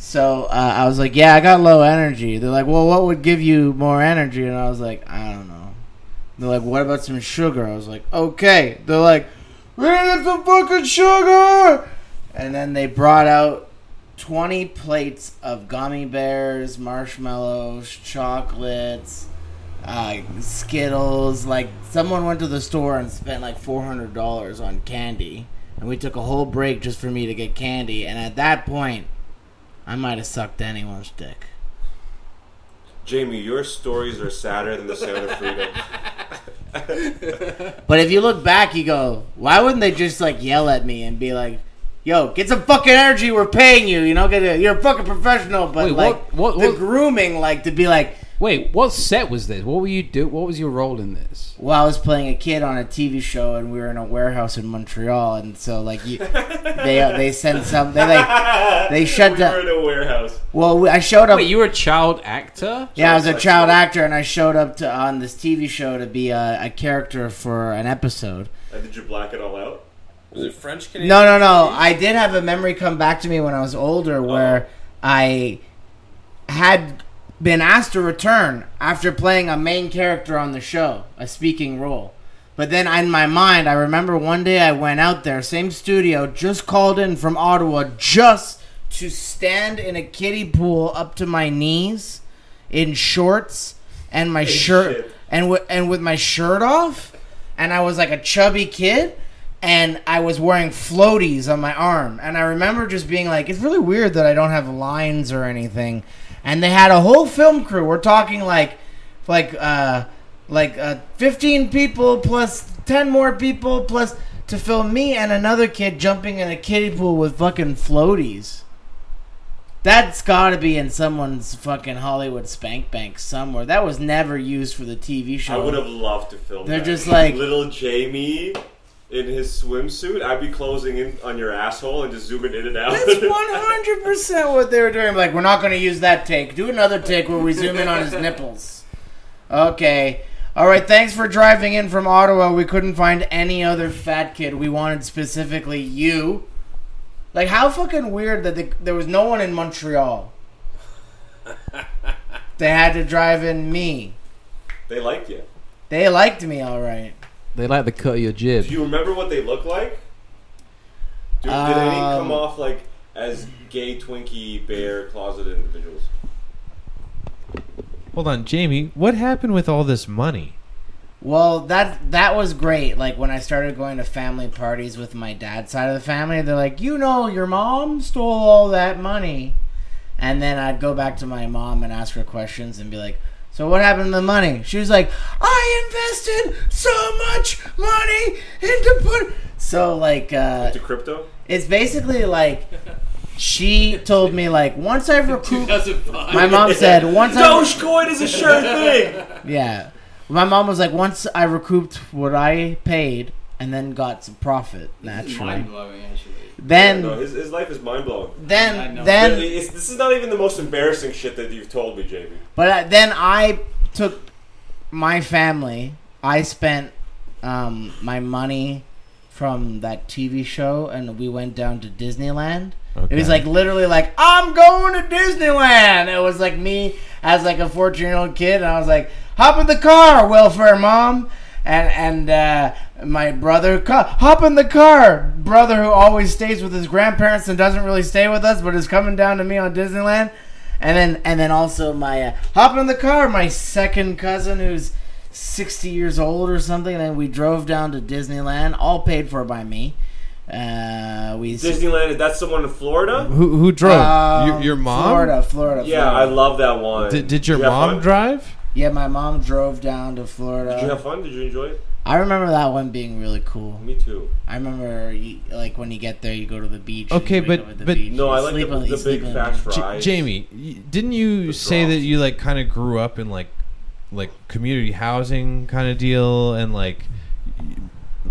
B: so uh, I was like, "Yeah, I got low energy." They're like, "Well, what would give you more energy?" And I was like, "I don't know." They're like, "What about some sugar?" I was like, "Okay." They're like, "We need some fucking sugar!" And then they brought out twenty plates of gummy bears, marshmallows, chocolates, uh, Skittles. Like someone went to the store and spent like four hundred dollars on candy, and we took a whole break just for me to get candy. And at that point. I might have sucked anyone's dick.
K: Jamie, your stories are sadder than the sound of freedom.
B: But if you look back, you go, why wouldn't they just like yell at me and be like, "Yo, get some fucking energy. We're paying you. You know, get a, you're a fucking professional." But
E: Wait,
B: like
E: what- what-
B: the
E: what-
B: grooming, like to be like,
E: Wait, what set was this? What were you do? What was your role in this?
B: well, I was playing a kid on a TV show, and we were in a warehouse in Montreal, and so like you, they uh, they send some, they like they shut
K: we were
B: down.
K: in a warehouse.
B: Well, I showed up.
E: Wait, you were a child actor?
B: Yeah, I was a child actor, and I showed up to on this TV show to be a, a character for an episode.
K: And did you black it all out?
F: Was it French Canadian?
B: No, no, no. I did have a memory come back to me when I was older where I had been asked to return after playing a main character on the show, a speaking role. But then in my mind, I remember one day I went out there, same studio, just called in from Ottawa just to stand in a kiddie pool up to my knees in shorts and my shirt and wi- and with my shirt off and I was like a chubby kid and I was wearing floaties on my arm and I remember just being like it's really weird that I don't have lines or anything and they had a whole film crew we're talking like like uh like uh 15 people plus 10 more people plus to film me and another kid jumping in a kiddie pool with fucking floaties that's got to be in someone's fucking Hollywood spank bank somewhere. That was never used for the TV show.
C: I would have loved to film.
B: They're
C: that.
B: just like-
C: little Jamie in his swimsuit. I'd be closing in on your asshole and just zooming in and out.
B: That's one hundred percent what they were doing. Like, we're not going to use that take. Do another take where we zoom in on his nipples. Okay. All right. Thanks for driving in from Ottawa. We couldn't find any other fat kid. We wanted specifically you. Like, how fucking weird that they, there was no one in Montreal. they had to drive in me.
C: they liked you.
B: They liked me, all right.
L: They like the cut of your jib.
C: Do you remember what they look like? Do, did any
B: Um,
C: come off like as gay, twinky, bear, closeted individuals?
D: Hold on, Jamie. What happened with all this money?
B: Well, that that was great. Like when I started going to family parties with my dad's side of the family, they're like, "You know, your mom stole all that money." And then I'd go back to my mom and ask her questions and be like, "So what happened to the money?" She was like, "I invested so much money into put." So like, uh,
C: To crypto?
B: it's basically like she told me like once I've recouped.
E: 2005.
B: My mom said once I
C: Dogecoin is a sure thing.
B: yeah. My mom was like, once I recouped what I paid and then got some profit, naturally.
E: Mind blowing, actually.
B: Then,
C: No, his, his life is mind blowing.
E: I
B: then,
E: know.
B: then,
C: This is not even the most embarrassing shit that you've told me, Jamie.
B: but I, then I took my family. I spent um, my money from that TV show, and we went down to Disneyland. It was like literally like I'm going to Disneyland. It was like me as like a 14 year old kid, and I was like, hop in the car, welfare mom, and and uh, my brother, co- hop in the car, brother who always stays with his grandparents and doesn't really stay with us, but is coming down to me on Disneyland, and then and then also my uh, hop in the car, my second cousin who's 60 years old or something, and then we drove down to Disneyland, all paid for by me. Uh, we
C: Disneyland, that's someone in Florida?
D: Who who drove?
B: Um,
D: your, your mom?
B: Florida, Florida.
C: Yeah, I
B: Florida.
C: love that one.
D: Did, did your
C: you have
D: mom
C: fun?
D: drive?
B: yeah, my mom drove down to Florida.
C: Did you have fun? Did you enjoy it?
B: I remember that one being really cool.
C: Me too.
B: I remember, you, like when you get there, you go to the beach.
D: Okay,
B: and you wake
D: but-
B: up at the
D: but-
B: beach,
C: No,
B: you
C: I like
B: sleep on-
C: the,
B: you
C: the
B: sleep
C: big
B: on-
C: fat
D: J-
C: fries.
D: Jamie, y- didn't you
C: The
D: say
C: drums.
D: that you like kind of grew up in like like community housing kind of deal and like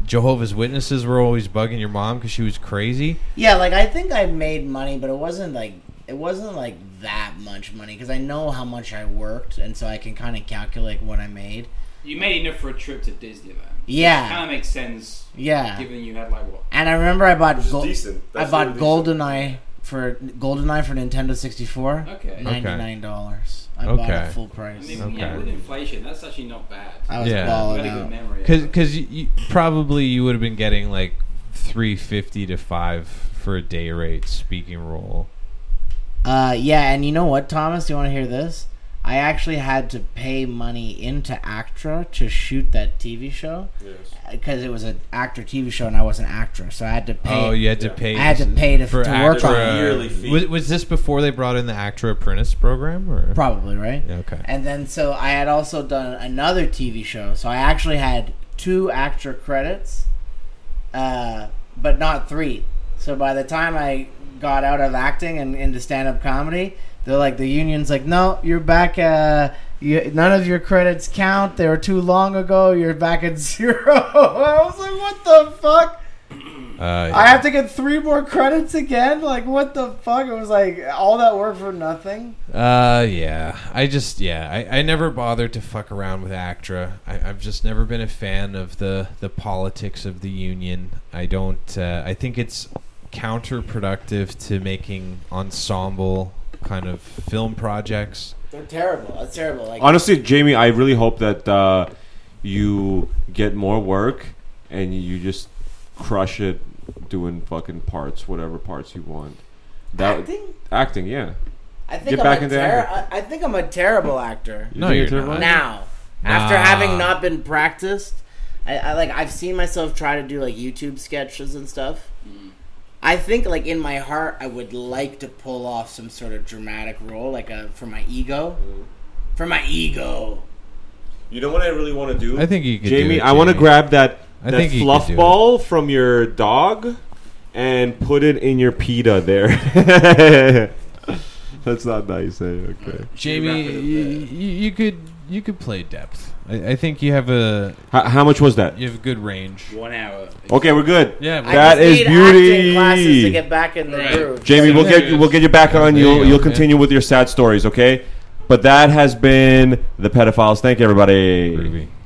D: Jehovah's Witnesses were always bugging your mom because she was crazy?
B: Yeah, like I think I made money, but it wasn't like it wasn't like that much money because I know how much I worked, and so I can kind of calculate what I made.
E: You made enough for a trip to Disneyland. Kind
B: Yeah,
E: of makes sense,
B: yeah.
E: given you had like what?
B: And I remember I bought
C: Which is
B: gold.
C: decent.
B: I
C: That's
B: bought
C: really decent.
B: GoldenEye for GoldenEye for Nintendo sixty four.
E: Okay.
B: Ninety nine dollars. I bought it
D: Okay.
B: full
E: I
B: price.
E: mean, yeah,
D: Okay.
E: with inflation, that's actually not bad.
B: I was
D: Yeah.
E: You
B: balling
E: had a good
B: out.
E: memory. of it.
D: Because you, you, probably you would have been getting like three fifty to five for a day rate speaking role.
B: Uh, yeah, and you know what, Thomas? Do you want to hear this? I actually had to pay money into Actra to shoot that TV show
C: Yes.
B: because it was an actor TV show and I was an actor, so I had to pay.
D: Oh, you had to
C: Yeah.
D: pay.
B: I had to pay to- to work
C: on it.
D: actra-
C: Yearly fee.
D: Was, was this before they brought in the actor apprentice program? Or
B: Probably right.
D: okay.
B: And then so I had also done another TV show, so I actually had two actor credits, uh, but not three. So by the time I got out of acting and into stand up comedy, they're like the union's like, no, you're back. Uh, you, none of your credits count. They were too long ago. You're back at zero. I was like, what the fuck?
D: Uh,
B: I have to get three more credits again. Like, what the fuck? It was like all that work for nothing.
D: Uh, yeah. I just, yeah. I, I never bothered to fuck around with ACTRA. I, I've just never been a fan of the, the politics of the union. I don't, uh, I think it's counterproductive to making ensemble kind of film projects.
B: They're terrible. That's terrible. Like,
M: Honestly, Jamie, I really hope that uh, you get more work and you just crush it doing fucking parts, whatever parts you want.
C: That
B: Acting?
C: acting, yeah.
B: I think
C: Get
B: I'm
C: back
B: a
C: into
B: ter- I
C: acting.
B: I think I'm a terrible actor.
C: You think it's
N: you're
C: a-
N: not.
B: now after
N: Nah.
B: having not been practiced I, I like i've seen myself try to do like youtube sketches and stuff
C: Mm.
B: i think like in my heart i would like to pull off some sort of dramatic role like a for my ego
C: Mm.
B: for my ego
O: You know what I really want to do?
D: I think you could.
C: Jamie,
D: do it,
C: I want to grab that,
D: I
C: that
D: think you could
C: fluff
D: do it.
C: ball from your dog and put it in your pita there. That's not nice. eh? Okay.
D: Jamie. You, you you could you could play depth. I, I think you have a
C: How, how much was that?
D: you have a good range.
E: One hour.
C: Okay, we're good.
D: Yeah, but
B: I
C: That
B: just
C: is
B: need
C: beauty.
B: acting classes to get back in the
E: Right.
B: groove
C: Jamie, we'll
D: There
C: get
D: it is.
C: we'll get you back on.
D: There you
C: You'll
D: go,
C: you'll
D: man.
C: continue with your sad stories, okay? But that has been the pedophiles. Thank you, everybody.
D: Groovy.